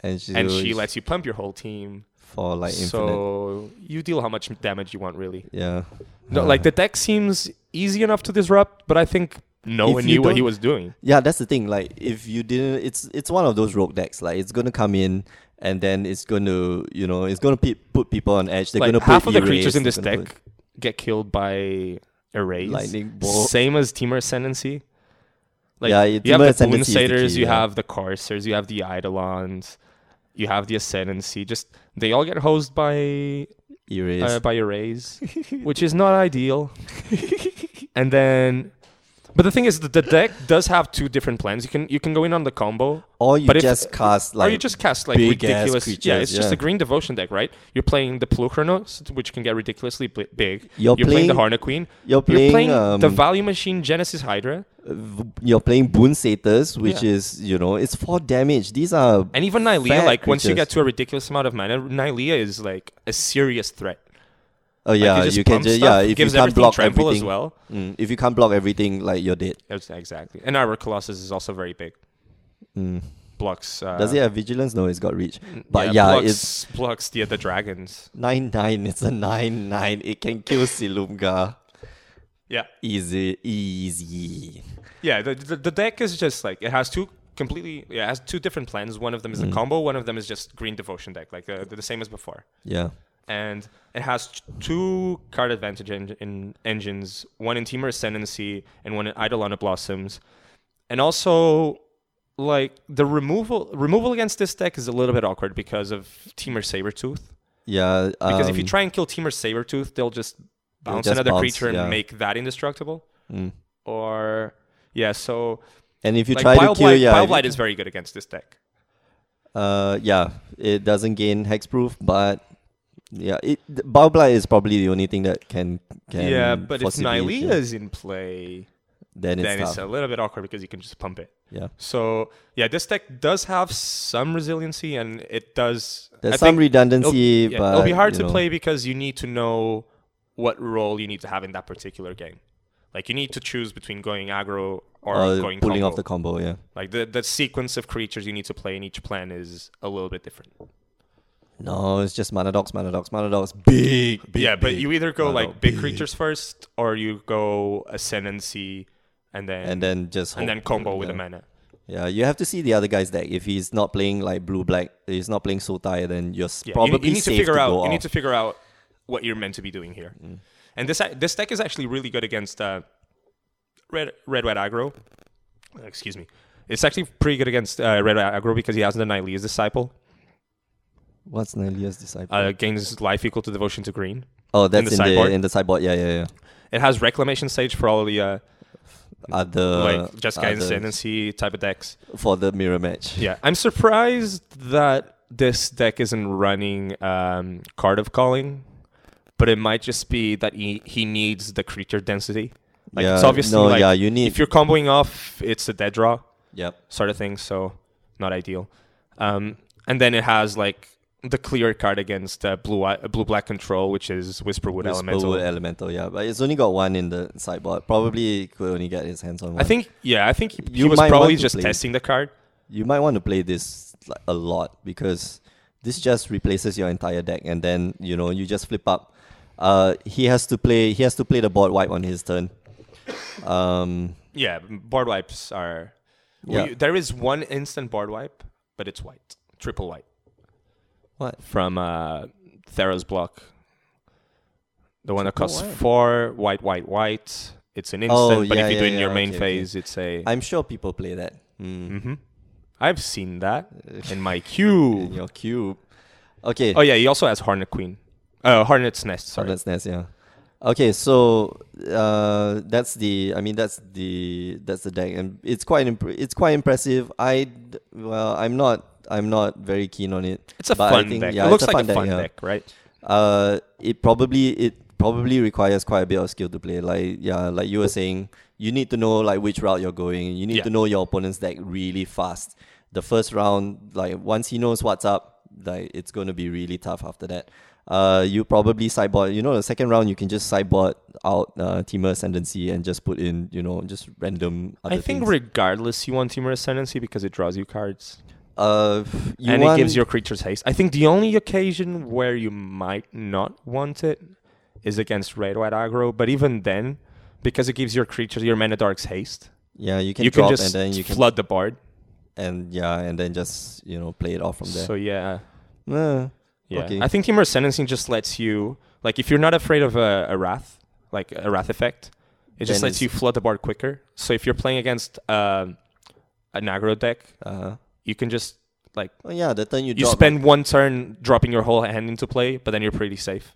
A: And she,
B: and
A: will
B: she
A: use
B: lets you pump your whole team.
A: for like infinite.
B: So you deal how much damage you want, really.
A: yeah.
B: No, like the deck seems easy enough to disrupt, but I think no
A: If
B: one
A: you
B: knew what he
A: don't-
B: was doing.
A: Yeah, that's the thing. Like, if you didn't, it's it's one of those rogue decks. Like, it's gonna come in, and then it's gonna, you know, it's gonna pe- put people on edge. They're
B: like
A: gonna
B: half
A: put
B: of the
A: erase,
B: creatures in
A: they're
B: this
A: gonna
B: deck
A: put-
B: get killed by erase.
A: Lightning bolt.
B: Same as Teamer Ascendancy. Like
A: Yeah,
B: you
A: Temur
B: have the
A: Ascendancy is the
B: Boonsaders,
A: key,
B: you
A: yeah.
B: have the Coursers, you have the Eidolons, you have the Ascendancy. Just they all get hosed by
A: erase.
B: uh, by erase, which is not
A: (laughs)
B: ideal. and then, but the thing is, that the deck does have two different plans. You can you can go in on the combo,
A: or you
B: but if-
A: just cast like
B: or you just cast like
A: big ass
B: ridiculous. Yeah,
A: creatures,
B: it's just
A: yeah.
B: a green devotion deck, right? You're playing the Pluchronos, which can get ridiculously b- big.
A: You're
B: the
A: playing-
B: Harlequin.
A: you're playing,
B: you're playing the
A: um,
B: Value Machine Genesis Hydra,
A: v- you're playing Boon Satyrs, which
B: Yeah.
A: is you know it's four damage. These are
B: and even Nylea.
A: fat
B: like once you
A: creatures.
B: get to a ridiculous amount of mana, Nylea is like a serious threat.
A: oh
B: Like,
A: yeah,
B: just
A: you can
B: pump
A: just
B: stuff,
A: yeah if you
B: gives
A: can't
B: everything
A: block
B: trample
A: everything
B: as well.
A: Mm, if you can't block everything, like you're dead.
B: Yes, exactly. And Arbor Colossus is also very big.
A: Mm.
B: Blocks. Uh, mm,
A: Does it have vigilance? No, it's got reach. But yeah,
B: blocks,
A: it's
B: blocks the the dragons.
A: nine nine. It's a nine nine. It can kill Silumga.
B: Yeah,
A: Easy, easy.
B: yeah. The, the the deck is just like it has two completely. Yeah, it has two different plans. One of them is
A: Mm-hmm.
B: a combo. One of them is just green devotion deck, like uh, the same as before.
A: Yeah.
B: And it has t- two card advantage en- in engines. One in Teamer Ascendancy and one in Eidolon Blossoms. And also, like the removal removal against this deck is a little bit awkward because of Teamer Sabertooth.
A: Yeah.
B: Because if you
A: um,
B: try and kill Teamer Sabertooth, they'll just bounce
A: just
B: another
A: bounce,
B: creature and
A: yeah.
B: make that indestructible.
A: Mm.
B: Or yeah, so
A: and if you
B: like
A: try
B: Wild
A: to kill,
B: Blight,
A: yeah,
B: Wild
A: if-
B: Blight is very good against this deck.
A: uh, yeah, it doesn't gain hexproof, but yeah, it th- Bow Blight is probably the only thing that can can.
B: yeah, but if
A: possibly
B: Nylea
A: kill.
B: is in play,
A: then it's
B: then
A: tough.
B: it's a little bit awkward because you can just pump it.
A: yeah,
B: So yeah, this deck does have some resiliency and it does
A: there's
B: I
A: some
B: think it'll,
A: redundancy,
B: yeah,
A: but
B: it'll be hard
A: you
B: to
A: know, uh,
B: play because you need to know what role you need to have in that particular game. Like you need to choose between going aggro or
A: uh,
B: going
A: pulling off the
B: combo.
A: combo. Yeah,
B: Like the, the sequence of creatures you need to play in each plan is a little bit different.
A: no, it's just mana dogs, mana dogs, mana dogs. Big, big.
B: yeah, but
A: big.
B: you either go
A: Wow,
B: like big,
A: big.
B: creatures first, or you go ascendancy, and then
A: and then just
B: and then
A: hope,
B: combo
A: yeah.
B: with a mana.
A: Yeah, you have to see the other guy's deck. If he's not playing like blue black, he's not playing Sultai, then you're s-
B: Yeah, you-
A: probably
B: you, need to
A: safe
B: figure
A: to
B: out.
A: go
B: You need
A: off. Mm.
B: to figure out what you're meant to be doing here. And this this deck is actually really good against uh, red red white aggro. Uh, Excuse me. It's actually pretty good against uh, red white aggro because he has the Nylea's disciple.
A: What's Nelia's disciple?
B: Uh, gains life equal to devotion to green.
A: oh, that's in
B: the
A: the in the,
B: sideboard?
A: sideboard. Yeah, yeah, yeah.
B: It has reclamation stage for all the uh,
A: Other
B: like just
A: other-
B: kind of ascendancy type of decks.
A: for the mirror match.
B: Yeah, I'm surprised that this deck isn't running um, card of calling, but it might just be that he, he needs the creature density. Like it's
A: Yeah,
B: obviously
A: no,
B: like
A: yeah, you need-
B: if you're comboing off, it's a dead draw
A: Yep.
B: sort of thing, so not ideal. Um, and then it has like the clear card against uh, blue eye, blue black control, which is Whisperwood
A: Whisper
B: Elemental.
A: Wood elemental. Yeah, but it's only got one in the sideboard. Probably could only get his hands on one.
B: I think yeah, I think he, he
A: You
B: was
A: might
B: probably
A: want to
B: just
A: play.
B: testing the card.
A: you might want to play this like, a lot because this just replaces your entire deck, and then you know you just flip up. Uh, he has to play. He has to play the board wipe on his turn. Um,
B: Yeah, board wipes are.
A: Yeah.
B: we- there is one instant board wipe, but it's white, triple white
A: what?
B: from uh, Thera's block. The one that
A: Triple
B: costs
A: white?
B: four white, white, white. It's an instant,
A: Oh,
B: but
A: yeah,
B: if you do
A: yeah,
B: it in your
A: yeah,
B: main
A: okay, okay.
B: phase, it's a.
A: I'm sure people play that. Mm.
B: Mhm. I've seen
A: (laughs)
B: that in my queue.
A: In your cube. Okay.
B: Oh yeah, he also has Hornet Queen, uh, Hornet's Nest. Sorry.
A: That's nice, yeah. Okay, so uh, that's the. I mean, that's the that's the deck, and it's quite impre- it's quite impressive. I d- well, I'm not I'm not very keen on it.
B: It's a
A: but I
B: fun
A: think-
B: deck.
A: yeah,
B: it
A: it's
B: looks like a fun
A: yeah.
B: deck, right?
A: Uh, it probably it probably requires quite a bit of skill to play. Like yeah, like you were saying, you need to know like which route you're going. You need
B: Yeah.
A: to know your opponent's deck really fast. The first round, like once he knows what's up, like it's going to be really tough after that. Uh, you probably sideboard. You know, the second round you can just sideboard out uh, teamer ascendancy and just put in, you know, just random. Other
B: I think
A: things.
B: regardless, you want Teamer Ascendancy because it draws you cards
A: uh, you
B: and
A: want-
B: it gives your creatures haste. I think the only occasion where you might not want it is against red white aggro, but even then, because it gives your creatures your mana darks haste,
A: yeah you can
B: you can
A: drop
B: just
A: and then you can
B: flood the board.
A: and yeah and then just you know play it off from there.
B: So yeah,
A: Uh,
B: yeah.
A: Okay.
B: I think Teamer Ascendancy just lets you like if you're not afraid of a, a wrath, like a wrath effect, it just
A: Then
B: lets
A: it's-
B: you flood the board quicker. So if you're playing against um an aggro deck,
A: uh,
B: you can just like
A: oh yeah, the turn you,
B: Uh-huh. you
A: drop,
B: spend one turn dropping your whole hand into play, but then you're pretty safe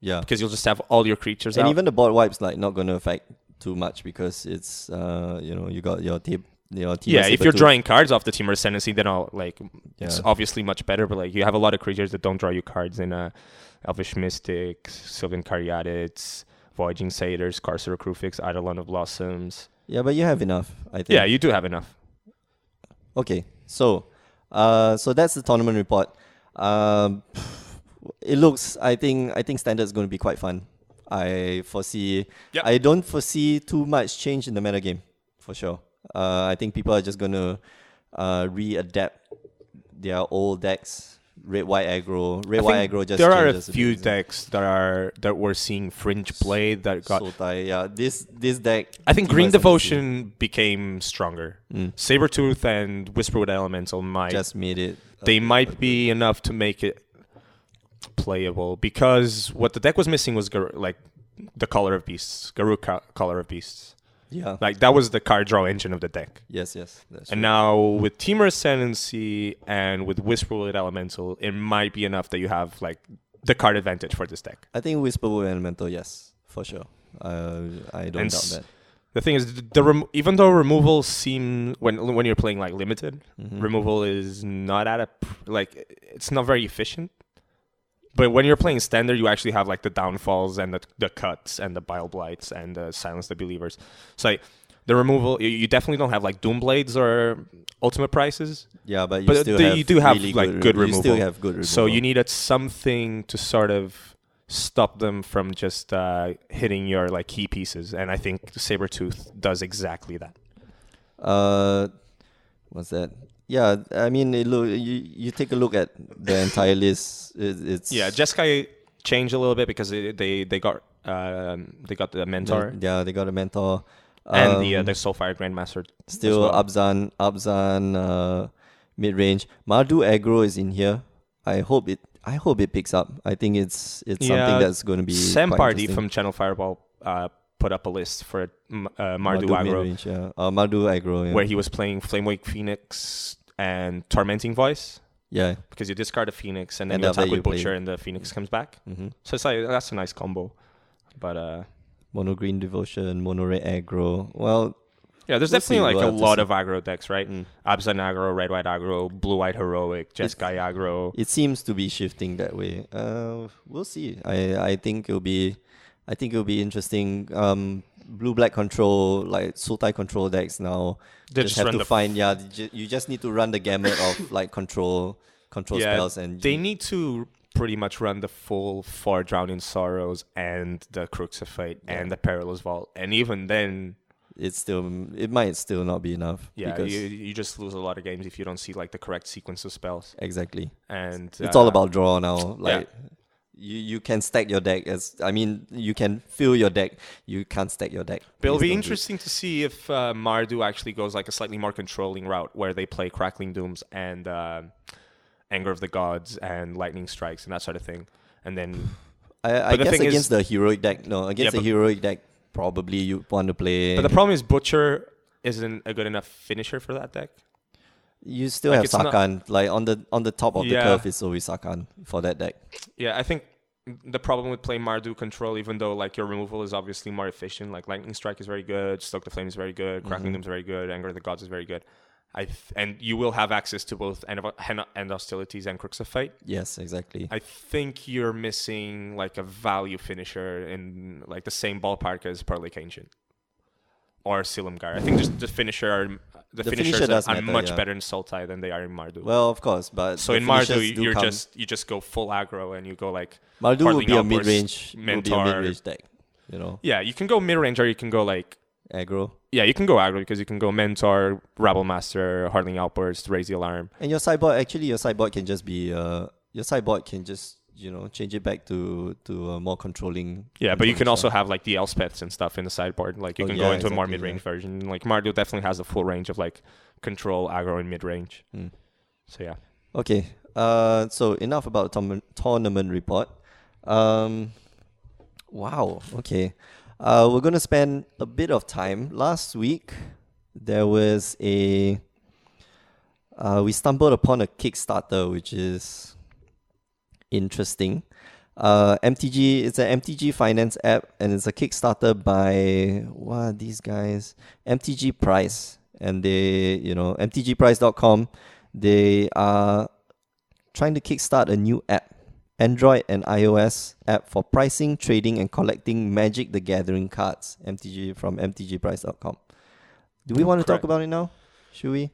A: yeah,
B: because you'll just have all your creatures
A: and
B: out.
A: even the board wipes like not going to affect too much because it's uh you know you got your tape your team
B: yeah, if you're drawing cards off the teamer ascendancy, then I'll like it's
A: Yeah.
B: obviously much better. But like you have a lot of creatures that don't draw you cards in uh, Elvish Mystic, Sylvan Caryatids, Voyaging Satyrs, Carcer Crufix, Eidolon of Blossoms.
A: yeah, but you have enough. I think
B: Yeah, you do have enough.
A: Okay, so uh, so that's the tournament report. Um, it looks, I think, I think standard is going to be quite fun. I foresee.
B: Yep.
A: I don't foresee too much change in the meta game, for sure. Uh, I think people are just going to uh, readapt their old decks. Red white aggro, red
B: I
A: white
B: think
A: aggro. Just
B: there are a
A: changes bit,
B: few
A: isn't it?
B: decks that are that we're seeing fringe play that got
A: Sultai, yeah. This this deck.
B: I think
A: Teemo
B: Green
A: is amazing.
B: Devotion became stronger. Sabretooth and Whisperwood Elemental might
A: Mm. just made it. uh, a
B: they
A: bit
B: might be enough to make it playable because what the deck was missing was Gar- like the Color of Beasts, Garuk co- Color of Beasts.
A: Yeah.
B: Like that was the card draw engine of the deck.
A: yes. Yes. That's
B: And
A: true.
B: now with Teamer Ascendancy and with Whisperwood Elemental, it might be enough that you have like the card advantage for this deck.
A: I think Whisper will Elemental, yes, for sure. Uh, I don't
B: And
A: doubt
B: s-
A: that.
B: The thing is, the rem- even though removal seem when when you're playing like limited,
A: Mm-hmm.
B: removal is not at a pr- like it's not very efficient. But when you're playing standard, you actually have like the downfalls and the, the cuts and the bile blights and the silence the believers. So like, the removal, you, you definitely don't have like doom blades or ultimate prices.
A: Yeah, but you
B: but
A: still
B: the-
A: have
B: you do have,
A: really
B: like,
A: good,
B: good
A: re- You still
B: removal.
A: have good removal.
B: So you needed something to sort of stop them from just uh, hitting your like key pieces, and I think Sabretooth does exactly that.
A: Uh, what's that? Yeah, I mean, it look you you take a look at the
B: (laughs)
A: entire list. It, it's
B: Yeah, Jeskai changed a little bit because they they, they got um, they got the
A: they-
B: mentor
A: Yeah, they got a mentor.
B: and the uh,
A: Um,
B: the Soulfire Grandmaster. as
A: still
B: well.
A: Abzan, Abzan, uh, mid range. Mardu aggro is in here. I hope it. I hope it picks up. I think it's it's
B: Yeah,
A: something that's going to be
B: Sam
A: quite
B: Party
A: interesting.
B: from Channel Fireball uh, put up a list for mm, uh, Mardu Agro
A: mid-range, yeah. Uh, Mardu aggro. Yeah.
B: where he was playing Flamewake Phoenix and Tormenting Voice
A: yeah.
B: because you discard a Phoenix and then
A: And
B: you
A: that
B: attack
A: way
B: with
A: you play-
B: Butcher and the Phoenix comes back.
A: Mm-hmm.
B: So it's like that's a nice combo. But uh,
A: Mono Green Devotion, Mono Red Aggro. Well,
B: yeah, there's
A: We'll see,
B: definitely like
A: we'll
B: a
A: have to
B: lot
A: see.
B: of aggro decks, right?
A: Mm.
B: Abzan aggro, Red White aggro, Blue White heroic, Jeskai aggro.
A: it seems to be shifting that way. Uh, we'll see. I, I think it'll be, I think it'll be interesting. Um, blue black control like Sultai control decks now.
B: They
A: just,
B: just
A: have
B: run
A: to
B: the-
A: find yeah. they ju- You just need to run the gamut of (laughs) like control control spells and
B: they need to pretty much run the full four drowning sorrows and the crooks of fate and the perilous vault and even then
A: it's still it might still not be enough.
B: yeah
A: because-
B: you, you just lose a lot of games if you don't see like the correct sequence of spells
A: exactly.
B: and
A: it's all
B: uh,
A: about draw now. Like you, you can stack your deck as I mean you can fill your deck. You can't stack your deck.
B: but it'll
A: Please
B: be
A: don't do it.
B: interesting to see if uh, mardu actually goes like a slightly more controlling route where they play crackling dooms and uh, anger of the gods and lightning strikes and that sort of thing and then
A: I, I
B: But the
A: guess
B: thing
A: against
B: is-
A: the heroic deck, no, against
B: but-
A: the heroic deck, probably you want to play.
B: but the problem is butcher isn't a good enough finisher for that deck
A: you still
B: like,
A: have
B: it's not-
A: Sakan. like on the on the top of
B: Yeah.
A: the curve is always Sakan for that deck.
B: Yeah, I think the problem with playing Mardu control, even though like your removal is obviously more efficient, like Lightning Strike is very good, Stoke the Flame is very good,
A: Mm-hmm.
B: Crackling Doom is very good, Anger of the Gods is very good. I th- and you will have access to both end, of, Hen- end hostilities and Crooks of Fate.
A: Yes, exactly.
B: I think you're missing like a value finisher in like the same ballpark as Perlic Ancient or Silumgar. I think just the finisher are the,
A: The
B: finishers
A: finisher
B: are-
A: does
B: are,
A: matter,
B: much
A: yeah.
B: better in Sultai than they are in Mardu.
A: Well, of course, but
B: so
A: the
B: in Mardu,
A: finishers do
B: you're
A: come.
B: just you just go full aggro and you go like
A: Mardu
B: hardly
A: would be a
B: upwards,
A: mid-range, would be a
B: Mentor.
A: mid-range deck. You know,
B: yeah, you can go mid range or you can go like
A: aggro.
B: yeah, you can go aggro because you can go mentor, rabble master, hardling outburst, raise the alarm.
A: And your sideboard, actually, your sideboard can just be uh, your sideboard can just you know change it back to to a more controlling.
B: Yeah, but you can
A: controlling
B: also have like the Elspeths and stuff in the sideboard. Like you
A: Oh,
B: can
A: yeah,
B: go into a more
A: exactly,
B: mid range version. Like Mardu definitely has a full range of like control, aggro, and mid range.
A: Mm.
B: So yeah,
A: stuff. Okay, uh, so enough about the tourna- tournament report. Um, wow. Okay, uh, we're gonna spend a bit of time. Last week, there was a. Uh, we stumbled upon a Kickstarter, which is interesting. Uh, MTG, it's an MTG finance app, and it's a Kickstarter by what these guys, MTG Price, and they, you know, MTGPrice.com. They are trying to kickstart a new app, Android and iOS app for pricing, trading, and collecting Magic: The Gathering cards. MTG from MTGPrice.com. Do we want to talk
B: Correct.
A: about it now? Should we?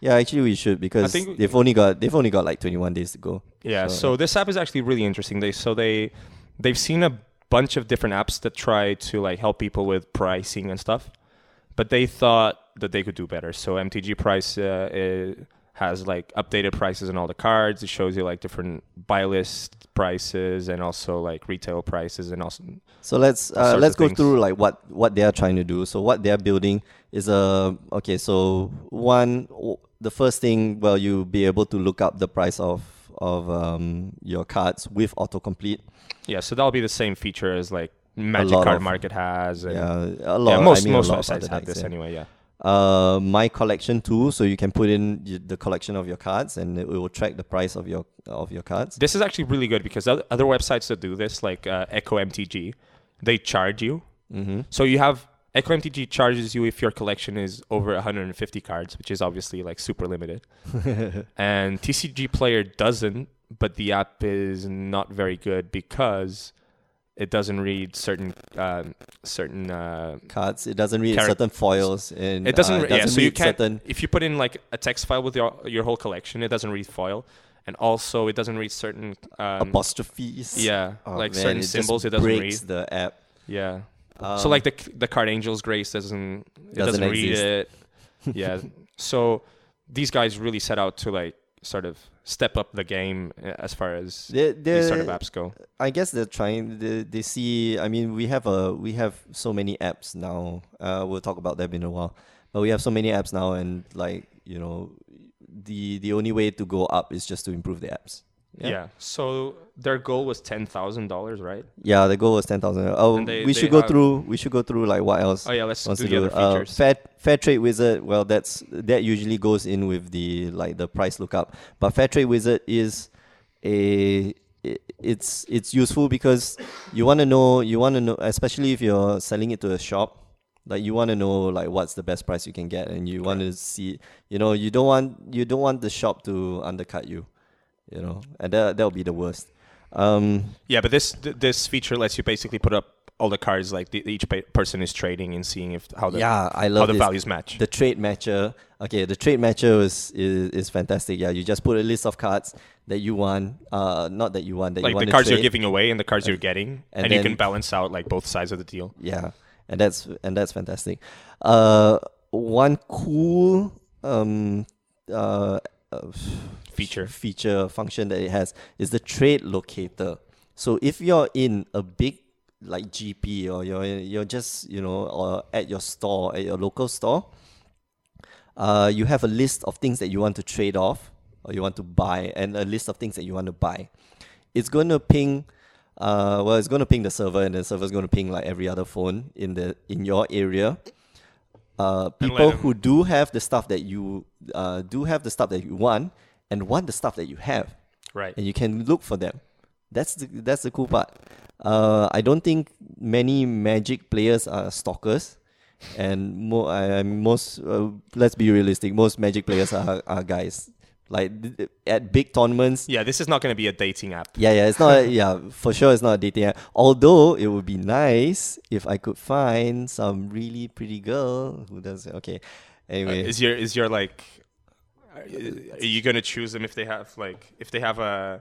A: Yeah, actually we should because
B: think-
A: they've only got they've only got like 21 days to go.
B: yeah.
A: So-
B: So, this app is actually really interesting. They so they they've seen a bunch of different apps that try to like help people with pricing and stuff, but they thought that they could do better. So MTG Price uh, eh, has like updated prices on all the cards. It shows you like different buy list prices and also like retail prices and also
A: So let's uh,
B: sorts
A: let's
B: of
A: go
B: things.
A: through like what what they are trying to do. So what they are building is a okay. So one, w- the first thing, well, you'll be able to look up the price of of um, your cards with autocomplete.
B: Yeah, so that'll be the same feature as like Magic
A: lot
B: Card
A: of-
B: Market has. And, yeah,
A: Yeah, a lot. I
B: most
A: mean, a
B: most
A: lot of
B: websites
A: other
B: have
A: decks,
B: this
A: yeah.
B: anyway. Yeah,
A: Uh, my collection tool, so you can put in y- the collection of your cards, and it will track the price of your of your cards.
B: this is actually really good because oth- other websites that do this, like uh, Echo MTG, they charge you.
A: Mm-hmm.
B: So you have Echo MTG charges you if your collection is over 150 cards, which is obviously like super
A: (laughs)
B: limited. and TCG Player doesn't, but the app is not very good because it doesn't read certain um certain uh,
A: Cards. It doesn't read
B: Charac-
A: certain foils, and
B: it doesn't,
A: uh,
B: re yeah so you
A: read
B: can't
A: certain
B: if you put in like a text file with your your whole collection it doesn't read foil and also it doesn't read certain um,
A: apostrophes.
B: yeah
A: Oh,
B: like
A: man,
B: certain
A: it
B: symbols
A: just
B: it doesn't
A: breaks
B: read
A: the app. Um,
B: yeah so like the the card angels grace doesn't it doesn't,
A: Doesn't
B: read it
A: (laughs)
B: yeah so these guys really set out to like sort of step up the game uh, as far as
A: they
B: these sort of
A: they-
B: apps go
A: I guess they're trying. They, they see. I mean, we have a we have so many apps now. Uh, we'll talk about them in a while. But we have so many apps now, and like you know, the the only way to go up is just to improve the apps.
B: yeah. so their goal was ten thousand dollars right
A: Yeah, the goal was ten thousand. Oh,
B: And they-
A: we
B: they
A: should go
B: have-
A: through. We should go through like what else.
B: oh yeah let's do
A: wants to
B: the other
A: uh,
B: features
A: fair Fair Trade Wizard. Well, that's that usually goes in with the like the price lookup. But Fair Trade Wizard is a i- it's it's useful because you want to know you want to know especially if you're selling it to a shop like you want to know like what's the best price you can get and you want to see you know you don't want you don't want the shop to undercut you you know and that that'll be the worst um
B: Yeah, but this th- this feature lets you basically put up all the cards like the, each pa- person is trading and seeing if how the
A: yeah i
B: how
A: love
B: the
A: this.
B: values match.
A: The trade matcher. Okay, the trade matcher is, is is fantastic. Yeah, you just put a list of cards that you want. Uh, not that you want. That you
B: like
A: want
B: the
A: to
B: cards you're
A: trade.
B: giving away and the cards you're getting,
A: and
B: and, you
A: then-
B: can balance out like both sides of the deal.
A: Yeah, and that's and that's fantastic. Uh, one cool um uh uh,
B: Feature.
A: feature function that it has is the trade locator. So if you're in a big like GP or you're you're just you know or at your store at your local store, uh, you have a list of things that you want to trade off or you want to buy and a list of things that you want to buy. It's going to ping uh, well, it's going to ping the server and the server's going to ping like every other phone in the in your area. Uh,
B: And let
A: people
B: them-
A: who do have the stuff that you uh, do have the stuff that you want and want the stuff that you have
B: Right.
A: and you can look for them. That's the that's the cool part. Uh, I don't think many Magic players are stalkers, and mo- I, I- most uh, let's be realistic, most Magic players are, are guys. Like th- th- at big tournaments,
B: Yeah, this is not going to be a dating app.
A: yeah, yeah, it's
B: (laughs)
A: not. yeah, for sure, it's not a dating app. Although it would be nice if I could find some really pretty girl who does. Okay, Anyway,
B: Uh, Is your is your like?
A: Uh,
B: Are you- are you gonna choose them if they have like if they have a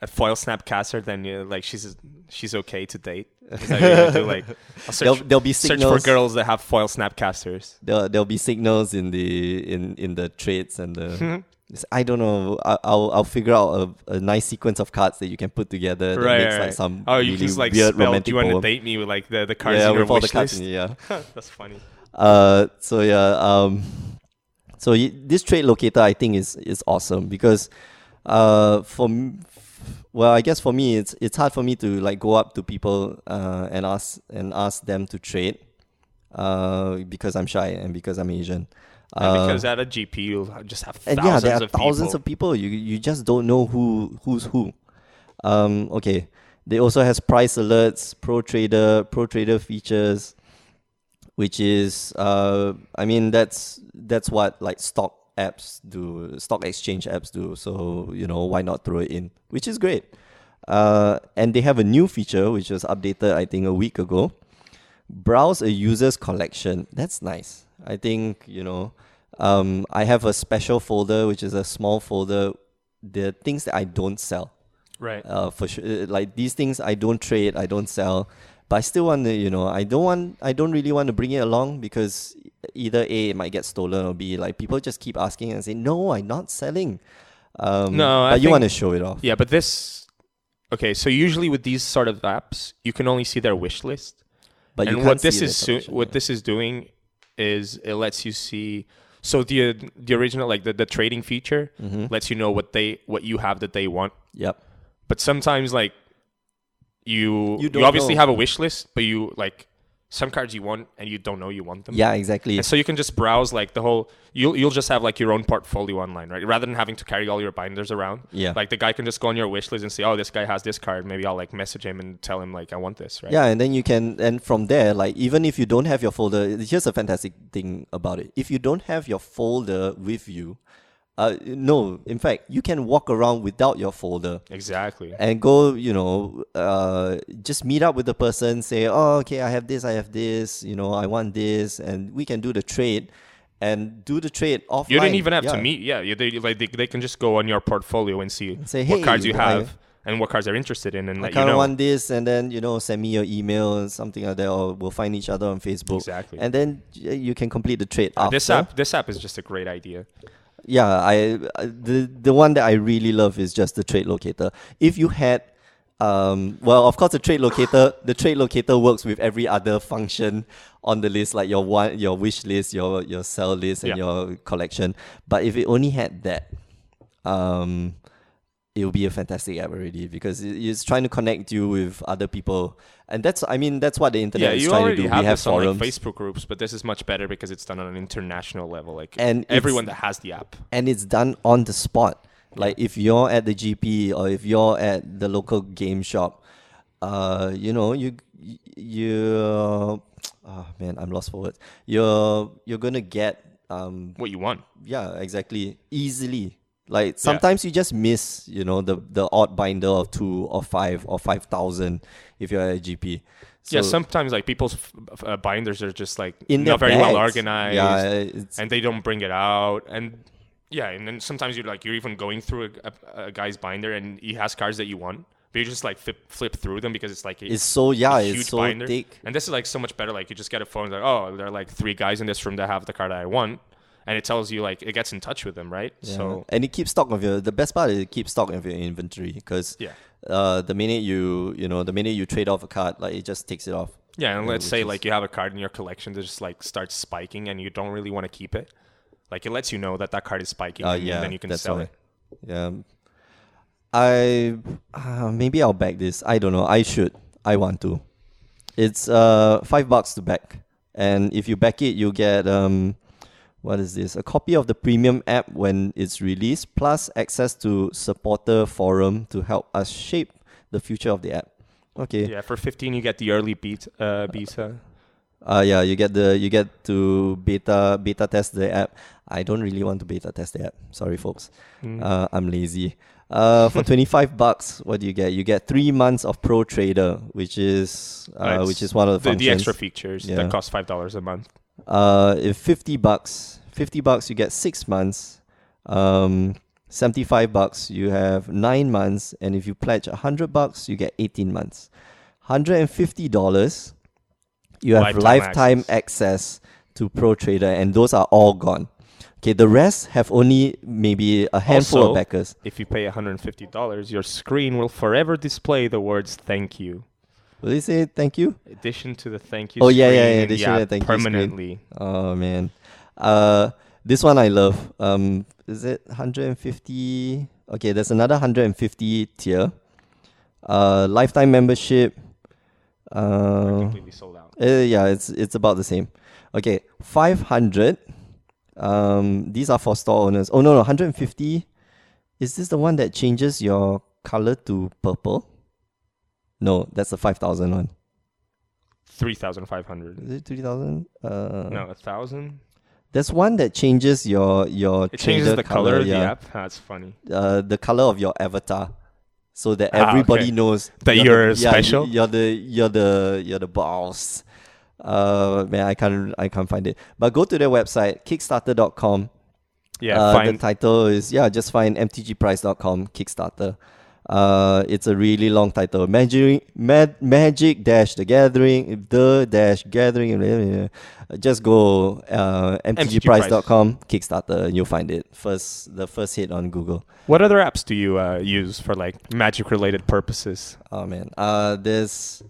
B: a foil snapcaster? Then you like she's she's okay to date. Is that what you're gonna do?
A: (laughs)
B: Like I'll search,
A: there'll, there'll be
B: search
A: signals.
B: for girls that have foil snapcasters.
A: There'll, there'll be signals in the in in the trades and
B: (laughs)
A: the. It's- I don't know. I, I'll I'll figure out a, a nice sequence of cards that you can put together that makes like some
B: oh, you
A: really
B: can just like
A: weird
B: spell.
A: romantic
B: Do you want to
A: poem.
B: date me with like the the cards
A: Yeah,
B: in your
A: with all the
B: wish
A: cards. in
B: list?
A: it, Yeah.
B: (laughs) That's funny.
A: Uh, so yeah, um, so y- this trade locator I think is is awesome because, uh, for m- well, I guess for me it's it's hard for me to like go up to people uh, and ask and ask them to trade, uh, because I'm shy and because I'm Asian.
B: And
A: Uh,
B: because at a GP you'll just have
A: and
B: thousands
A: yeah, there are
B: of
A: thousands
B: people.
A: of people. You you just don't know who who's who. Um, okay, they also has price alerts, pro trader, pro trader features, which is uh, I mean that's that's what like stock apps do, stock exchange apps do. So you know why not throw it in, which is great. Uh, and they have a new feature which was updated I think a week ago. Browse a user's collection. That's nice. I think you know. Um, I have a special folder which is a small folder. The things that I don't sell
B: right.
A: uh, for sure. Like these things, I don't trade, I don't sell, but I still want to, you know, I don't want, I don't really want to bring it along because either a it might get stolen or b like people just keep asking and say, no, I'm not selling. Um,
B: No, I
A: but you
B: think-
A: want to show it off.
B: Yeah, but this. Okay, so usually with these sort of apps, you can only see their wish list.
A: But you
B: and
A: can't
B: what this
A: see the
B: is so,
A: collection,
B: what
A: yeah.
B: this is doing is it lets you see. So the the original like the, the trading feature lets you know what they what you have that they want.
A: Mm-hmm. Yep.
B: But sometimes like you
A: You
B: you,
A: don't
B: obviously
A: know.
B: have a wish list, but you like some cards you want and you don't know you want them.
A: Yeah, exactly.
B: And so you can just browse like the whole. You'll you'll just have like your own portfolio online, right? Rather than having to carry all your binders around.
A: Yeah.
B: Like the guy can just go on your wish list and say, "Oh, this guy has this card. Maybe I'll like message him and tell him like I want this." Right.
A: Yeah, and then you can, and from there, like even if you don't have your folder, here's a fantastic thing about it. If you don't have your folder with you, uh, no, in fact, you can walk around without your folder
B: Exactly.
A: and go, you know, uh, just meet up with the person, say, oh, okay, I have this, I have this, you know, I want this, and we can do the trade and do the trade offline.
B: You didn't even have to
A: Yeah.
B: meet. Yeah. You, they like they, they can just go on your portfolio and see
A: Say,
B: what
A: "Hey,
B: cards you
A: I-
B: have and what cards they're interested in, and
A: I
B: let you
A: kind of
B: know.
A: want this, and then you know, send me your email or something like that, or we'll find each other on Facebook.
B: Exactly. Uh,
A: And then y- you can complete the trade after.
B: this app, this app is just a great idea.
A: yeah i I- the the one that i really love is just the trade locator if you had um, well of course the trade locator the trade locator works with every other function on the list like your one your wish list your your sell list and
B: Yeah.
A: your collection but if it only had that um, it would be a fantastic app already because it- it's trying to connect you with other people and that's i mean that's what the internet
B: yeah,
A: is
B: you
A: trying to
B: already
A: do
B: have,
A: we have
B: this on like
A: forums
B: Facebook groups, but this is much better because it's done on an international level. Like
A: And it's-
B: everyone that has the app.
A: and it's done on the spot. Like if you're at the GP or if you're at the local game shop, uh, you know you you oh man, I'm lost for words. You're you're gonna get um
B: What you want.
A: yeah exactly easily. Like sometimes you just miss you know the the odd binder of two or five or five thousand if you're at a GP. So
B: yeah, sometimes like people's f- f- uh, binders are just like
A: in their
B: not very well
A: bags,
B: organized,
A: Yeah, it's,
B: and they don't bring it out, and yeah, and then sometimes you're like you're even going through a, a, a guy's binder and he has cards that you want, but you just like flip, flip through them because it's like a,
A: it's so yeah,
B: huge
A: it's so
B: binder,
A: thick.
B: and this is like so much better. Like you just get a phone, like oh, there are like three guys in this room that have the card that I want, and it tells you like it gets in touch with them, right?
A: Yeah.
B: So
A: and it keeps stock of your. The best part is it keeps stock of your inventory because
B: Yeah.
A: uh, the minute you you know the minute you trade off a card, like it just takes it off.
B: Yeah, and let's
A: which
B: say
A: is-
B: like you have a card in your collection that just like starts spiking, and you don't really want to keep it. Like it lets you know that that card is spiking,
A: Uh,
B: and
A: yeah,
B: then you can
A: that's
B: sell
A: why.
B: it.
A: Yeah, I uh, maybe I'll back this. I don't know. I should. I want to. It's uh five bucks to back, and if you back it, you get um. What is this? A copy of the premium app when it's released, plus access to supporter forum to help us shape the future of the app. Okay.
B: Yeah, for fifteen you get the early beat uh, beta.
A: Uh yeah, you get the you get to beta beta test the app. I don't really want to beta test the app. Sorry, folks. Uh, I'm lazy. Uh, (laughs) for twenty five bucks, what do you get? You get three months of Pro Trader, which is uh,
B: Right,
A: which is one of the
B: The,
A: functions.
B: the extra features
A: Yeah.
B: that cost five dollars a month.
A: Uh, if fifty bucks, 50 bucks, you get six months. Um, 75 bucks, you have nine months. And if you pledge 100 bucks, you get 18 months. $150, you have lifetime,
B: Lifetime
A: access to Pro Trader, and those are all gone. Okay, the rest have only maybe a handful
B: Also-
A: of backers.
B: If you pay $150, your screen will forever display the words thank you.
A: Will they say thank you?
B: Addition to the thank you
A: Oh,
B: screen.
A: yeah, yeah, yeah, addition to the thank you screen.
B: Permanently.
A: Oh man, uh, this one I love. Um, is it 150? Okay, there's another 150 tier. Uh, lifetime membership.
B: They're
A: Uh,
B: completely sold out.
A: uh, yeah, it's it's about the same. Okay, 500. Um, these are for store owners. Oh no, no, 150. Is this the one that changes your color to purple? No, that's the 5,000 one.
B: 3,500.
A: Is it 3,000? Uh,
B: No, a 1,000?
A: There's one that changes your your
B: It changes
A: shader
B: the color of the
A: yeah.
B: app. That's funny.
A: Uh, the color of your avatar, so that
B: Ah,
A: everybody
B: okay.
A: knows
B: That
A: the-
B: you're
A: yeah,
B: special?
A: You're the you're the you're the boss. Uh, man, I can't I can't find it. But go to their website, Kickstarter.com.
B: Yeah,
A: uh,
B: fine.
A: The title is yeah, just find mtgprice.com Kickstarter. Uh, it's a really long title. Magic, Mag- Magic Dash the Gathering, the Dash Gathering. blah, blah, blah. Just go uh, mtgprice.com Kickstarter and you'll find it. First, the first hit on Google.
B: What other apps do you uh, use for like magic related purposes?
A: Oh man, uh, there's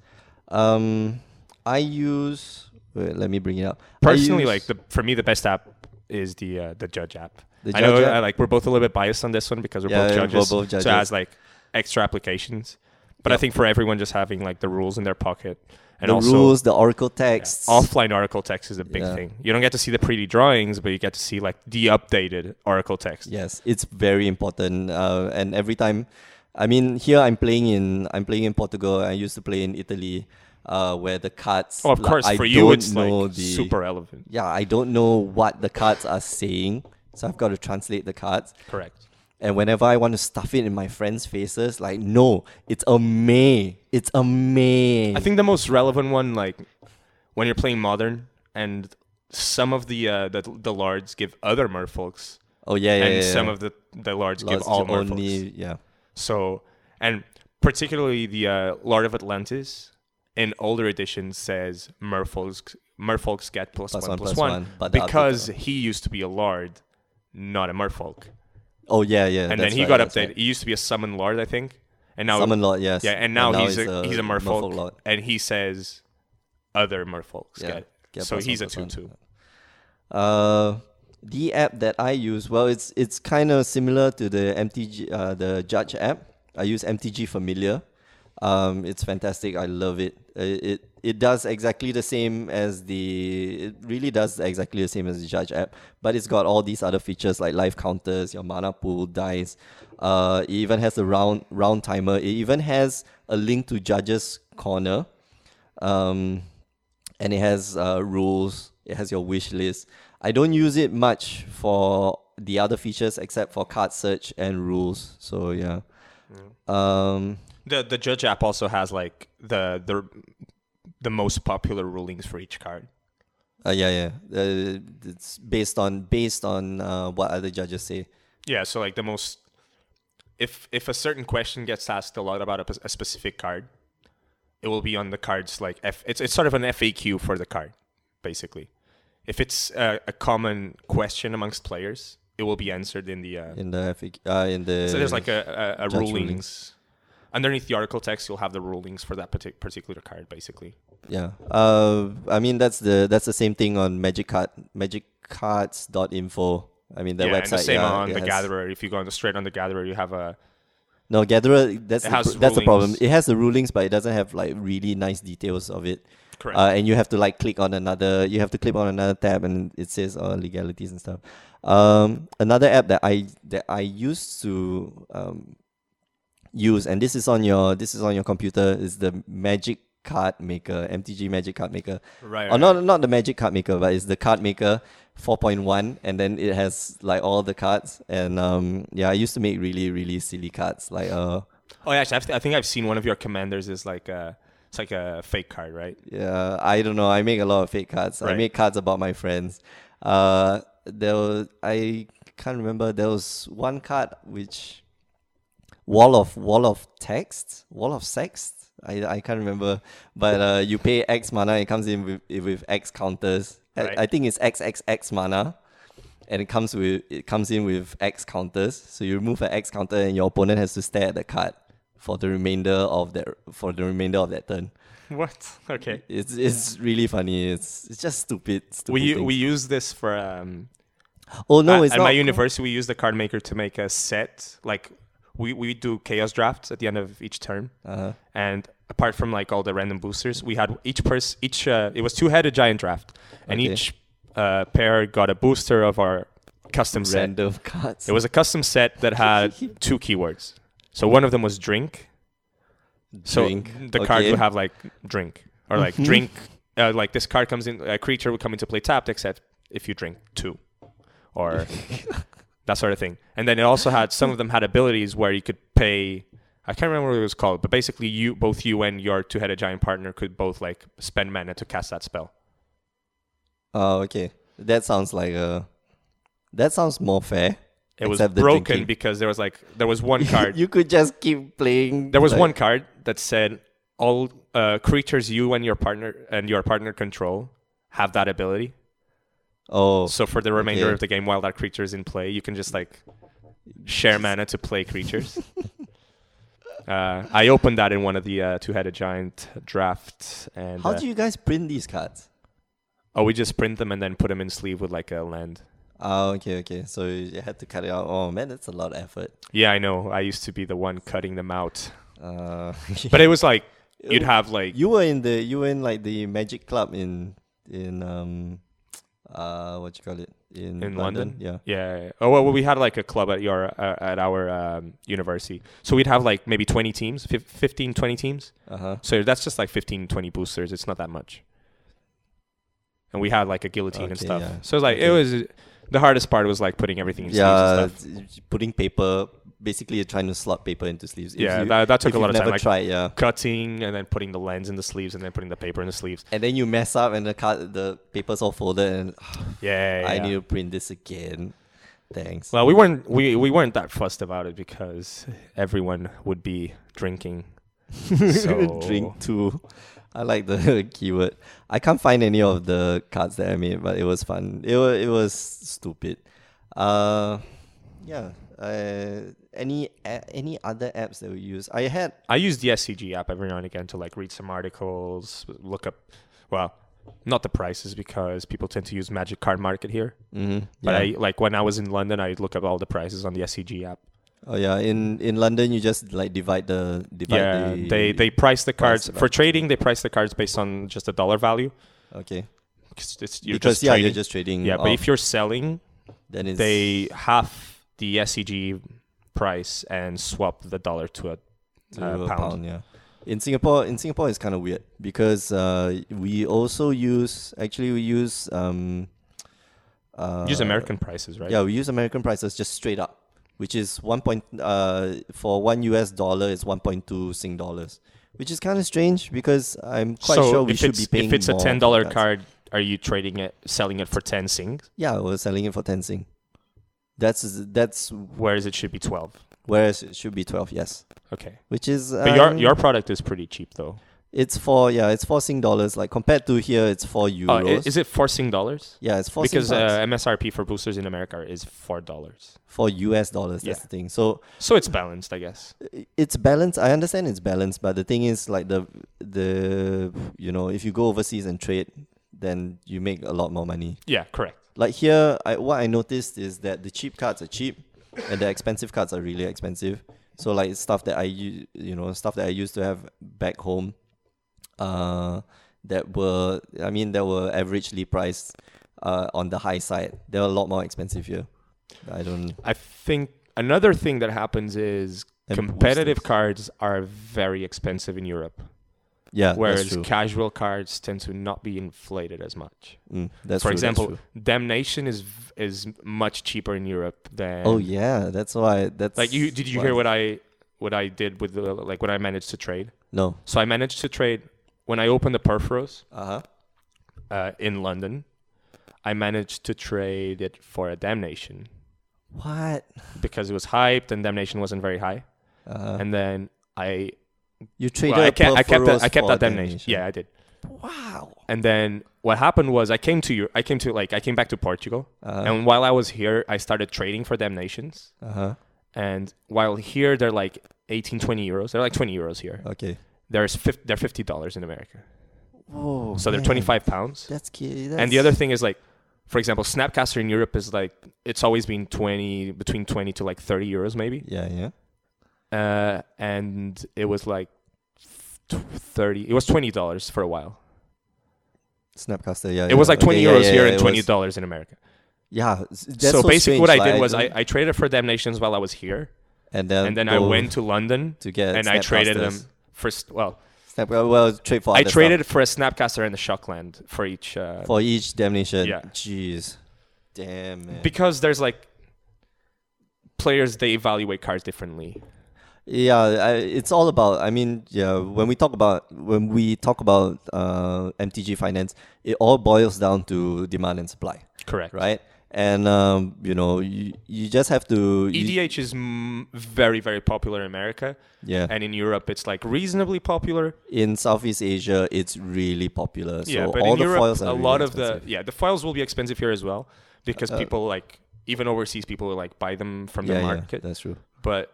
A: um, I use. Wait, let me bring it up. I
B: Personally,
A: use-
B: like the for me the best app is the uh, the Judge app.
A: The
B: I know
A: Judge
B: uh,
A: app?
B: like we're both a little bit biased on this one because we're
A: Yeah, yeah,
B: both
A: we're
B: judges,
A: both
B: so it
A: judges.
B: has like extra applications. But I think for everyone, just having like the rules in their pocket and
A: the
B: also
A: rules, the Oracle
B: yeah,
A: texts.
B: offline Oracle text is a big
A: Yeah.
B: thing. You don't get to see the pretty drawings, but you get to see like the updated Oracle text.
A: Yes, it's very important. Uh, and every time, I mean, here I'm playing in I'm playing in Portugal. I used to play in Italy, uh, where the cards.
B: Oh, of
A: like,
B: course,
A: I
B: for you
A: don't
B: it's
A: know
B: like super relevant.
A: Yeah, I don't know what the cards are saying, so I've got to translate the cards.
B: Correct.
A: And whenever I want to stuff it in my friends' faces, like no, it's a May, it's a May.
B: I think the most relevant one, like when you're playing modern, and some of the uh, the, the lards give other merfolks,
A: Oh yeah, yeah,
B: and
A: yeah,
B: some
A: yeah.
B: of the the lards give
A: Lots
B: all
A: to
B: merfolks.
A: only, yeah.
B: So, and particularly the uh, Lord of Atlantis in older editions says merfolks merfolks get plus,
A: Plus
B: one,
A: one,
B: plus
A: plus
B: one,
A: one, but the other
B: because he used to be a lard, not a merfolk,
A: Oh yeah, yeah.
B: and then
A: that's
B: he
A: right,
B: got
A: that's
B: updated.
A: Right.
B: He used to be a summon lord, I think, and now
A: Summon Lord, yes.
B: yeah, and now, he's
A: it's
B: a, he's a merfolk,
A: Lord.
B: and he says other merfolks
A: Yeah,
B: get.
A: get
B: so
A: plus one,
B: he's a
A: plus one.
B: two-two.
A: Uh, the app that I use, well, it's it's kind of similar to the MTG, uh, the Judge app. I use MTG Familiar. Um, it's fantastic. I love it. Uh, It it does exactly the same as the. It really does exactly the same as the Judge app, but it's got all these other features like life counters, your mana pool, dice. Uh, it even has a round round timer. It even has a link to Judge's Corner. Um, and it has uh, rules. It has your wish list. I don't use it much for the other features except for card search and rules. So yeah, um,
B: The the judge app also has like the the the most popular rulings for each card.
A: uh, yeah, yeah. Uh, it's based on based on uh, what other judges say.
B: Yeah, so like the most if if a certain question gets asked a lot about a, p- a specific card, it will be on the cards like F, it's it's sort of an FAQ for the card, basically. If it's a, a common question amongst players, it will be answered in the uh,
A: in the FAQ, uh, in the
B: So there's like a, a, a
A: Judge
B: rulings.
A: rulings.
B: Underneath the article text, you'll have the rulings for that partic- particular card, basically.
A: yeah. Uh, I mean that's the that's the same thing on Magic Card MagicCards.info. I mean the
B: yeah,
A: website.
B: and the same
A: yeah,
B: on
A: it
B: the
A: has-
B: Gatherer. If you go on the straight on the Gatherer, you have a
A: No, Gatherer. That's
B: It
A: the,
B: has
A: pr- that's the problem.
B: rulings.
A: It has the rulings, but it doesn't have like really nice details of it.
B: correct.
A: Uh, and you have to like click on another. You have to click on another tab, and it says uh, legalities and stuff. Um, another app that I that I used to um, use, and this is on your this is on your computer, is the Magic Card Maker, MTG Magic Card Maker.
B: right.
A: Or not not the Magic Card Maker, but it's the Card Maker 4.1, and then it has like all the cards. And um, yeah, I used to make really really silly cards like uh.
B: Oh, yeah, actually, I've, I think I've seen one of your commanders is like a it's like a fake card, right?
A: Yeah, I don't know. I make a lot of fake cards. I
B: Right.
A: make cards about my friends. Uh, there was, I can't remember. There was one card which wall of wall of text, wall of sext. I, I can't remember, but uh, you pay X mana. It comes in with with X counters. I-
B: Right.
A: I think it's XXX mana, and it comes with it comes in with X counters. So you remove an X counter, and your opponent has to stare at the card for the remainder of that for the remainder of that turn.
B: (laughs) What? Okay.
A: It's it's really funny. It's it's just stupid. stupid
B: We u-
A: things.
B: we use this for um.
A: oh no,
B: at,
A: it's
B: at
A: not.
B: my university, we use the card maker to make a set. Like we we do chaos drafts at the end of each term,
A: Uh,
B: and apart from like all the random boosters, we had each person each. Uh, it was two headed giant draft, and
A: Okay.
B: each uh, pair got a booster of our custom set.
A: random (laughs) cards.
B: It was a custom set that had two keywords. So one of them was drink. So
A: Drink,
B: the card
A: okay. Mm-hmm.
B: would have like drink or like drink. Uh, like this card comes in, a creature would come into play tapped, except if you drink two,
A: (laughs)
B: or that sort of thing. And then it also had some of them had abilities where you could pay. I can't remember what it was called, but basically, you both you and your two-headed giant partner could both like spend mana to cast that spell.
A: Oh, okay. That sounds like a. That sounds more fair.
B: It was
A: except the
B: broken
A: drinking.
B: because there was like there
A: (laughs)
B: was one card
A: you could just keep playing.
B: There was
A: like-
B: one card that said all uh, creatures you and your partner and your partner control have that ability.
A: Oh,
B: So for the remainder
A: Okay.
B: of the game, while that creature is in play, you can just like share mana to play creatures. (laughs) uh, I opened that in one of the uh, two-headed giant drafts, and
A: how
B: uh,
A: do you guys print these cards?
B: oh, we just print them and then put them in sleeve with like a land.
A: Oh, okay, okay. So you had to cut it out. Oh man, that's a lot of effort.
B: Yeah, I know. I used to be the one cutting them out,
A: Uh, (laughs) Oh,
B: but it was like you'd have like
A: you were in the you were in like the magic club in in um uh what you call it in
B: in London.
A: Yeah.
B: Yeah. yeah. Oh well, we had like a club at your uh, at our um, university, so we'd have like maybe 20 teams, fif- 15, 20 teams.
A: Uh huh.
B: So that's just like 15, 20 boosters. It's not that much. And we had like a guillotine and
A: Okay,
B: stuff.
A: yeah.
B: So it's like it
A: Okay.
B: was the hardest part was like putting everything in
A: Yeah,
B: sleeves and stuff.
A: it's- putting paper. Basically, you're trying to slot paper into sleeves. If
B: Yeah,
A: you-
B: that, that took
A: if
B: a lot
A: you've
B: of time.
A: Never
B: Like
A: tried, yeah.
B: cutting and then putting the lens in the sleeves and then putting the paper in the sleeves.
A: and then you mess up and the card the papers all folded and
B: Yeah. yeah,
A: I
B: yeah.
A: need to print this again. Thanks.
B: Well, we weren't we, we weren't that fussed about it because everyone would be drinking. so
A: (laughs) Drink two. I like the (laughs) keyword. I can't find any of the cards that I made, but it was fun. It was it was stupid. Uh, yeah. Uh, any a- any other apps that we use? I had
B: I use the SCG app every now and again to like read some articles, look up, well, not the prices because people tend to use Magic Card Market here.
A: mhm,
B: But
A: yeah.
B: I like when I was in London, I'd look up all the prices on the SCG app.
A: oh yeah in in London you just like divide the divide
B: yeah,
A: the,
B: they they price the
A: price
B: cards
A: it
B: for
A: up.
B: trading. They price the cards based on just the dollar value.
A: okay
B: 'cause it's- you're
A: because
B: just
A: yeah
B: trading.
A: you're just trading
B: yeah. But
A: off,
B: if you're selling,
A: then it's
B: they half the SCG price and swap the dollar to a
A: to a
B: uh, pound.
A: pound. yeah. In Singapore, in Singapore, it's kind of weird because uh, we also use actually we use um, uh,
B: use American prices, right?
A: Yeah, we use American prices just straight up, which is one point uh, for one US dollar is one point two Sing dollars, which is kind of strange because I'm quite
B: so
A: sure we
B: if
A: should be
B: it's,
A: paying
B: if it's a
A: more
B: ten dollar
A: for cards.
B: card, are you trading it, selling it for ten sings?
A: Yeah, we're selling it for ten Sing. That's that's
B: Whereas it should be twelve.
A: whereas it should be twelve. Yes,
B: Okay,
A: which is
B: but your
A: um,
B: your product is pretty cheap though.
A: it's for yeah it's four Sing dollars like compared to here it's four
B: Uh,
A: euros.
B: i- is it four sing dollars?
A: Yeah, it's four
B: Because
A: Sing bucks.
B: uh, MSRP for boosters in America is four dollars,
A: for US dollars. That's
B: Yeah.
A: the thing. So
B: so it's balanced, I guess.
A: i- it's balanced. I understand it's balanced, but the thing is, like the the you know, if you go overseas and trade, then you make a lot more money.
B: Yeah, correct.
A: Like here, I, what I noticed is that the cheap cards are cheap, and the expensive cards are really expensive. So like stuff that I u- you know stuff that I used to have back home, uh, that were I mean that were averagely priced, uh, on the high side. They're a lot more expensive here. I don't.
B: I think another thing that happens is
A: And
B: competitive
A: boosters.
B: cards are very expensive in Europe,
A: Yeah, that's
B: whereas
A: true.
B: casual cards tend to not be inflated as much.
A: Mm, that's true, that's
B: for example,
A: true.
B: Damnation is v- is much cheaper in Europe than
A: Oh yeah, that's why. That's
B: Like you did you hear what I what I did with the like when I managed to trade?
A: No.
B: So I Uh-huh. managed to trade when I opened the Perforos
A: Uh huh.
B: uh, in London. I managed to trade it for a Damnation
A: What?
B: because it was hyped and Damnation wasn't very high.
A: Uh,
B: And then I,
A: you
B: well,
A: traded
B: I
A: a
B: kept, I kept, that,
A: Perforos
B: I kept
A: for
B: that Damnation. Yeah, I did.
A: Wow.
B: And then what happened was I came to you. I came to like I came back to Portugal,
A: Uh-huh.
B: and while I was here, I started trading for Damnations.
A: Uh huh.
B: And while here, they're like 18, 20 euros. They're like 20 euros here.
A: Okay.
B: There's 50, they're 50 dollars in America.
A: Whoa.
B: So they're
A: man.
B: 25 pounds.
A: That's key. That's,
B: And the other thing is like, for example, Snapcaster in Europe is like it's always been 20 between 20 to like 30 euros maybe.
A: Yeah, yeah.
B: Uh, and it was like t- 30. It was 20 dollars for a while.
A: Snapcaster. Yeah.
B: It was like 20 euros here and 20
A: twenty.
B: dollars in America.
A: Yeah. s- That's
B: so, basically,
A: strange,
B: what I did
A: like, uh,
B: was I, I traded for Damnations while I was here,
A: and then
B: and then I
A: go
B: went to London
A: to get
B: and I traded them
A: oh. Snapcasters.
B: for s- well,
A: Snap, well, trade for
B: I
A: other stuff.
B: traded for a Snapcaster and a Shockland for each. Uh,
A: for each damnation.
B: Yeah.
A: Jeez. Damn. Man.
B: because there's like players they evaluate cards differently.
A: Yeah, I, it's all about. I mean, yeah, when we talk about when we talk about uh, MTG finance, it all boils down to demand and supply,
B: Correct.
A: right? And um, you know, you, you just have to. you-
B: EDH E is mm, very very popular in America,
A: yeah,
B: and in Europe it's like reasonably popular.
A: in Southeast Asia, it's really popular. So
B: yeah, but
A: all
B: in
A: the
B: Europe
A: foils are
B: a
A: really
B: lot of
A: expensive. Uh,
B: the yeah the foils will be expensive here as well because people like even overseas people will like buy them from
A: yeah,
B: the
A: yeah,
B: market.
A: that's true.
B: but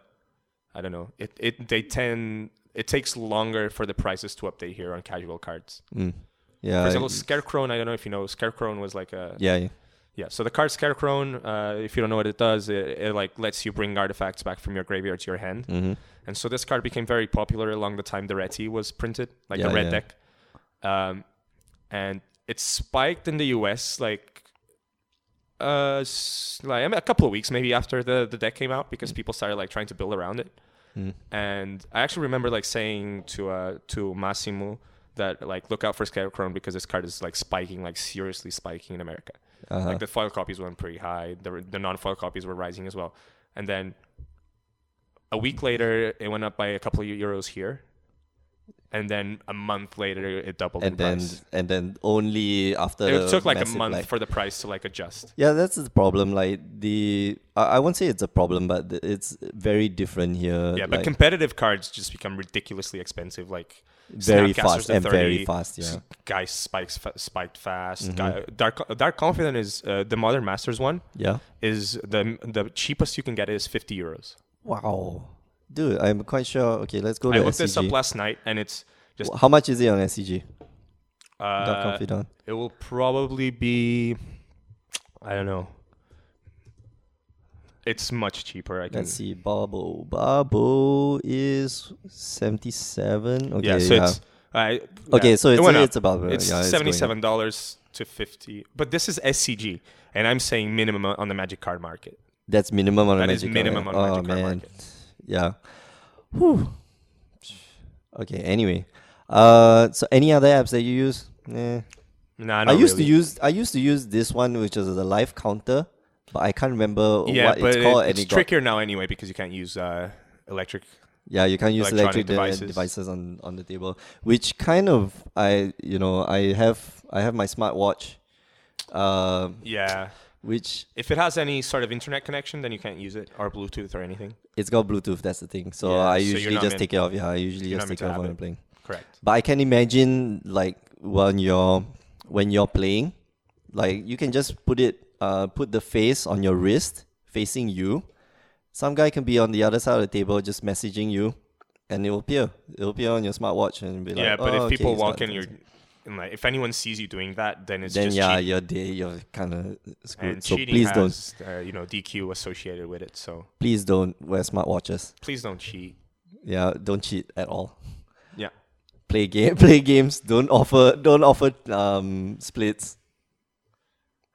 B: I don't know. It it they tend it takes longer for the prices to update here on casual cards.
A: Mm. Yeah,
B: For example,
A: it-
B: Scarecrow. I don't know if you know. Scarecrow was like a yeah.
A: yeah, yeah.
B: so the card Scarecrow, uh, if you don't know what it does, it, it like lets you bring artifacts back from your graveyard to your hand.
A: hmm
B: And so this card became very popular along the time the Reti was printed, like
A: Yeah,
B: the red
A: yeah.
B: deck. Um, and it spiked in the US like uh s- like I mean, a couple of weeks maybe after the the deck came out
A: Hmm.
B: because people started like trying to build around it.
A: Mm.
B: And I actually remember like saying to uh to Massimo that like look out for Scarecrow because this card is like spiking like seriously spiking in America.
A: Uh-huh.
B: Like the foil copies went pretty high. The the non foil copies were rising as well. And then a week later, it went up by a couple of euros here. And then a month later, it doubled
A: and
B: in
A: then
B: price.
A: and then only after
B: It
A: the
B: took like a
A: massive,
B: month
A: like-
B: for the price to like adjust.
A: Yeah, that's the problem. Like the, I, I won't say it's a problem, but th- it's very different here.
B: Yeah, but
A: like,
B: competitive cards just become ridiculously expensive. Like
A: very
B: Snapcasters
A: fast
B: at
A: and very
B: 30,
A: fast. Yeah, Mm-hmm.
B: Guy spikes fa- spiked fast. Guy, Dark Dark Confident is uh, the Modern Masters one.
A: yeah.
B: Is the the cheapest you can get is fifty euros.
A: Wow, dude, I'm quite sure. Okay, let's go
B: I
A: to
B: looked this up
A: SCG.
B: last night, and it's just
A: How much is it on SCG? Dark
B: uh,
A: Confidant.
B: It will probably be. I don't know. It's much cheaper. I can.
A: Let's see. Bubble. Bubble is seventy-seven. Okay,
B: yeah, so it's. I
A: Okay,
B: yeah,
A: so it's-
B: went up.
A: it's about-
B: it's
A: yeah, it's going up.
B: seventy-seven dollars to fifty. But this is SCG, and I'm saying minimum on the Magic card market.
A: that's minimum on a
B: that is
A: magic. card,
B: minimum
A: right?
B: on a
A: oh,
B: Magic card
A: man.
B: market.
A: Yeah. Whew. Okay. Anyway, uh, so any other apps that you use? Eh.
B: Nah,
A: I
B: Uh, not
A: used
B: really.
A: to use I used to use this one which is a live counter, but I can't remember
B: Yeah,
A: what
B: but
A: it's called. and
B: it, it's
A: it got-
B: trickier now anyway because you can't use uh, electric.
A: yeah, you can't use
B: electronic
A: electric de- devices.
B: devices.
A: on, on the table, which kind of I you know I have I have my smartwatch, uh,
B: Yeah.
A: which
B: If it has any sort of internet connection, then you can't use it or Bluetooth or anything.
A: it's got Bluetooth. That's the thing. So
B: Yeah,
A: I
B: so you're
A: usually
B: not
A: just
B: meant-
A: take it off. Yeah, I usually
B: you're
A: just take
B: not meant
A: it
B: to
A: off
B: have
A: when
B: it.
A: I'm playing.
B: Correct.
A: But I can imagine like when you're when you're playing, like you can just put it uh put the face on your wrist facing you. Some guy can be on the other side of the table just messaging you and it will appear. It'll appear on your smartwatch and be like,
B: yeah, but
A: "Oh,
B: if people
A: okay,
B: walk in,
A: smartwatch."
B: you're, and like, if anyone sees you doing that, then it's
A: then
B: just
A: yeah,
B: cheating.
A: you're dead, you're kinda screwed.
B: And
A: so
B: cheating
A: please don't
B: has, uh, you know, DQ associated with it. So
A: please don't wear smartwatches.
B: please don't cheat.
A: Yeah, don't cheat at all.
B: Yeah.
A: Play game (laughs) play games, don't offer don't offer um splits.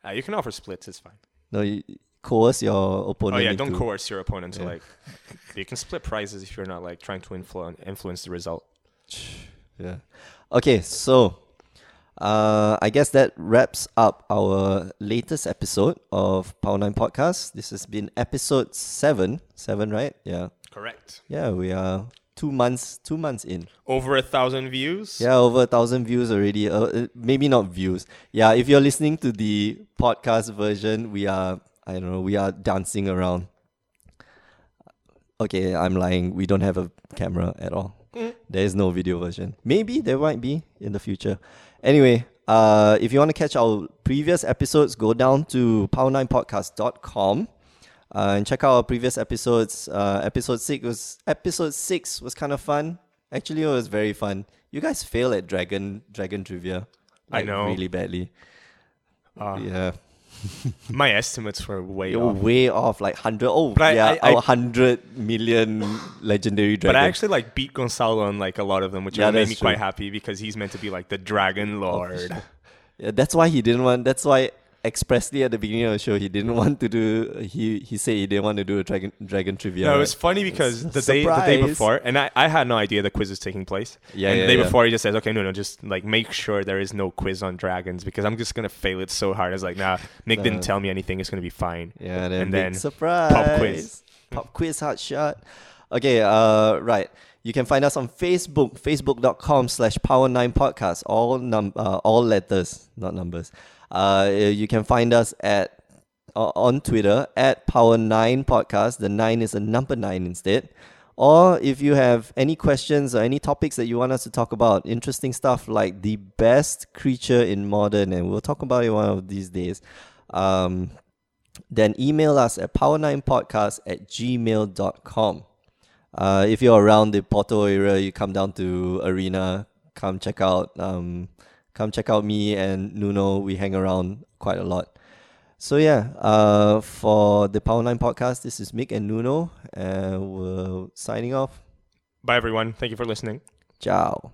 B: Uh, you can offer splits. It's fine.
A: No, you coerce your
B: Oh
A: opponent.
B: yeah, don't
A: into-
B: coerce your opponent
A: Yeah.
B: to like.
A: (laughs)
B: you can split prizes if you're not like trying to influence influence the result.
A: Yeah. Okay, so uh, I guess that wraps up our latest episode of Power Nine Podcast. This has been episode seven, seven, right? Yeah,
B: Correct.
A: yeah. We are two months two months in.
B: Over a thousand views.
A: Yeah, over a thousand views already. Uh, uh, maybe not views. Yeah, if you're listening to the podcast version, we are I don't know, we are dancing around. Okay, I'm lying. We don't have a camera at all. There is no video version. Maybe there might be in the future. Anyway, uh, if you want to catch our previous episodes, go down to power9podcast.com uh, and check out our previous episodes. Uh, episode six was episode six was kind of fun. Actually, it was very fun. You guys fail at dragon dragon trivia.
B: I know.
A: really badly.
B: Uh,
A: yeah,
B: My estimates were way
A: you're
B: off.
A: way off like hundred. Oh,
B: But I-
A: yeah,
B: I- I-
A: our hundred million legendary dragon.
B: But I actually like beat Gonzalo on like a lot of them, which
A: Yeah,
B: made
A: that's
B: me
A: true. Oh,
B: quite happy because he's meant to be like the Dragon Lord.
A: Yeah, that's why he didn't want. That's why expressly at the beginning of the show he didn't (laughs) want to do. He he said he didn't want to do a dragon dragon trivia.
B: No, it
A: right?
B: was funny because
A: It's
B: the
A: a
B: day the day
A: surprise.
B: before, and I, I had no idea the quiz was taking place.
A: Yeah,
B: and
A: yeah,
B: the day
A: yeah.
B: before, he just says, "Okay, no, no, just like make sure there is no quiz on dragons because I'm just gonna fail it so hard." I was like, "Nah, Nick didn't
A: Nah.
B: tell me anything. It's gonna be fine."
A: Yeah, then
B: And
A: and
B: then
A: then surprise
B: pop quiz.
A: pop quiz hot shot. Okay, uh, right. You can find us on Facebook, facebook.com slash power nine podcast, all num uh, all letters, not numbers. Uh, you can find us at o- on Twitter at power nine podcast. The nine is a number nine instead. Or if you have any questions or any topics that you want us to talk about, interesting stuff like the best creature in modern, and we'll talk about it one of these days. Um, then email us at power9podcast at gmail.com. Uh, if you're around the Porto area, you come down to Arena, come check out um, come check out me and Nuno. We hang around quite a lot. So yeah, uh, for the Power9 podcast, this is Mick and Nuno, and we're signing off.
B: Bye, everyone. Thank you for listening.
A: Ciao.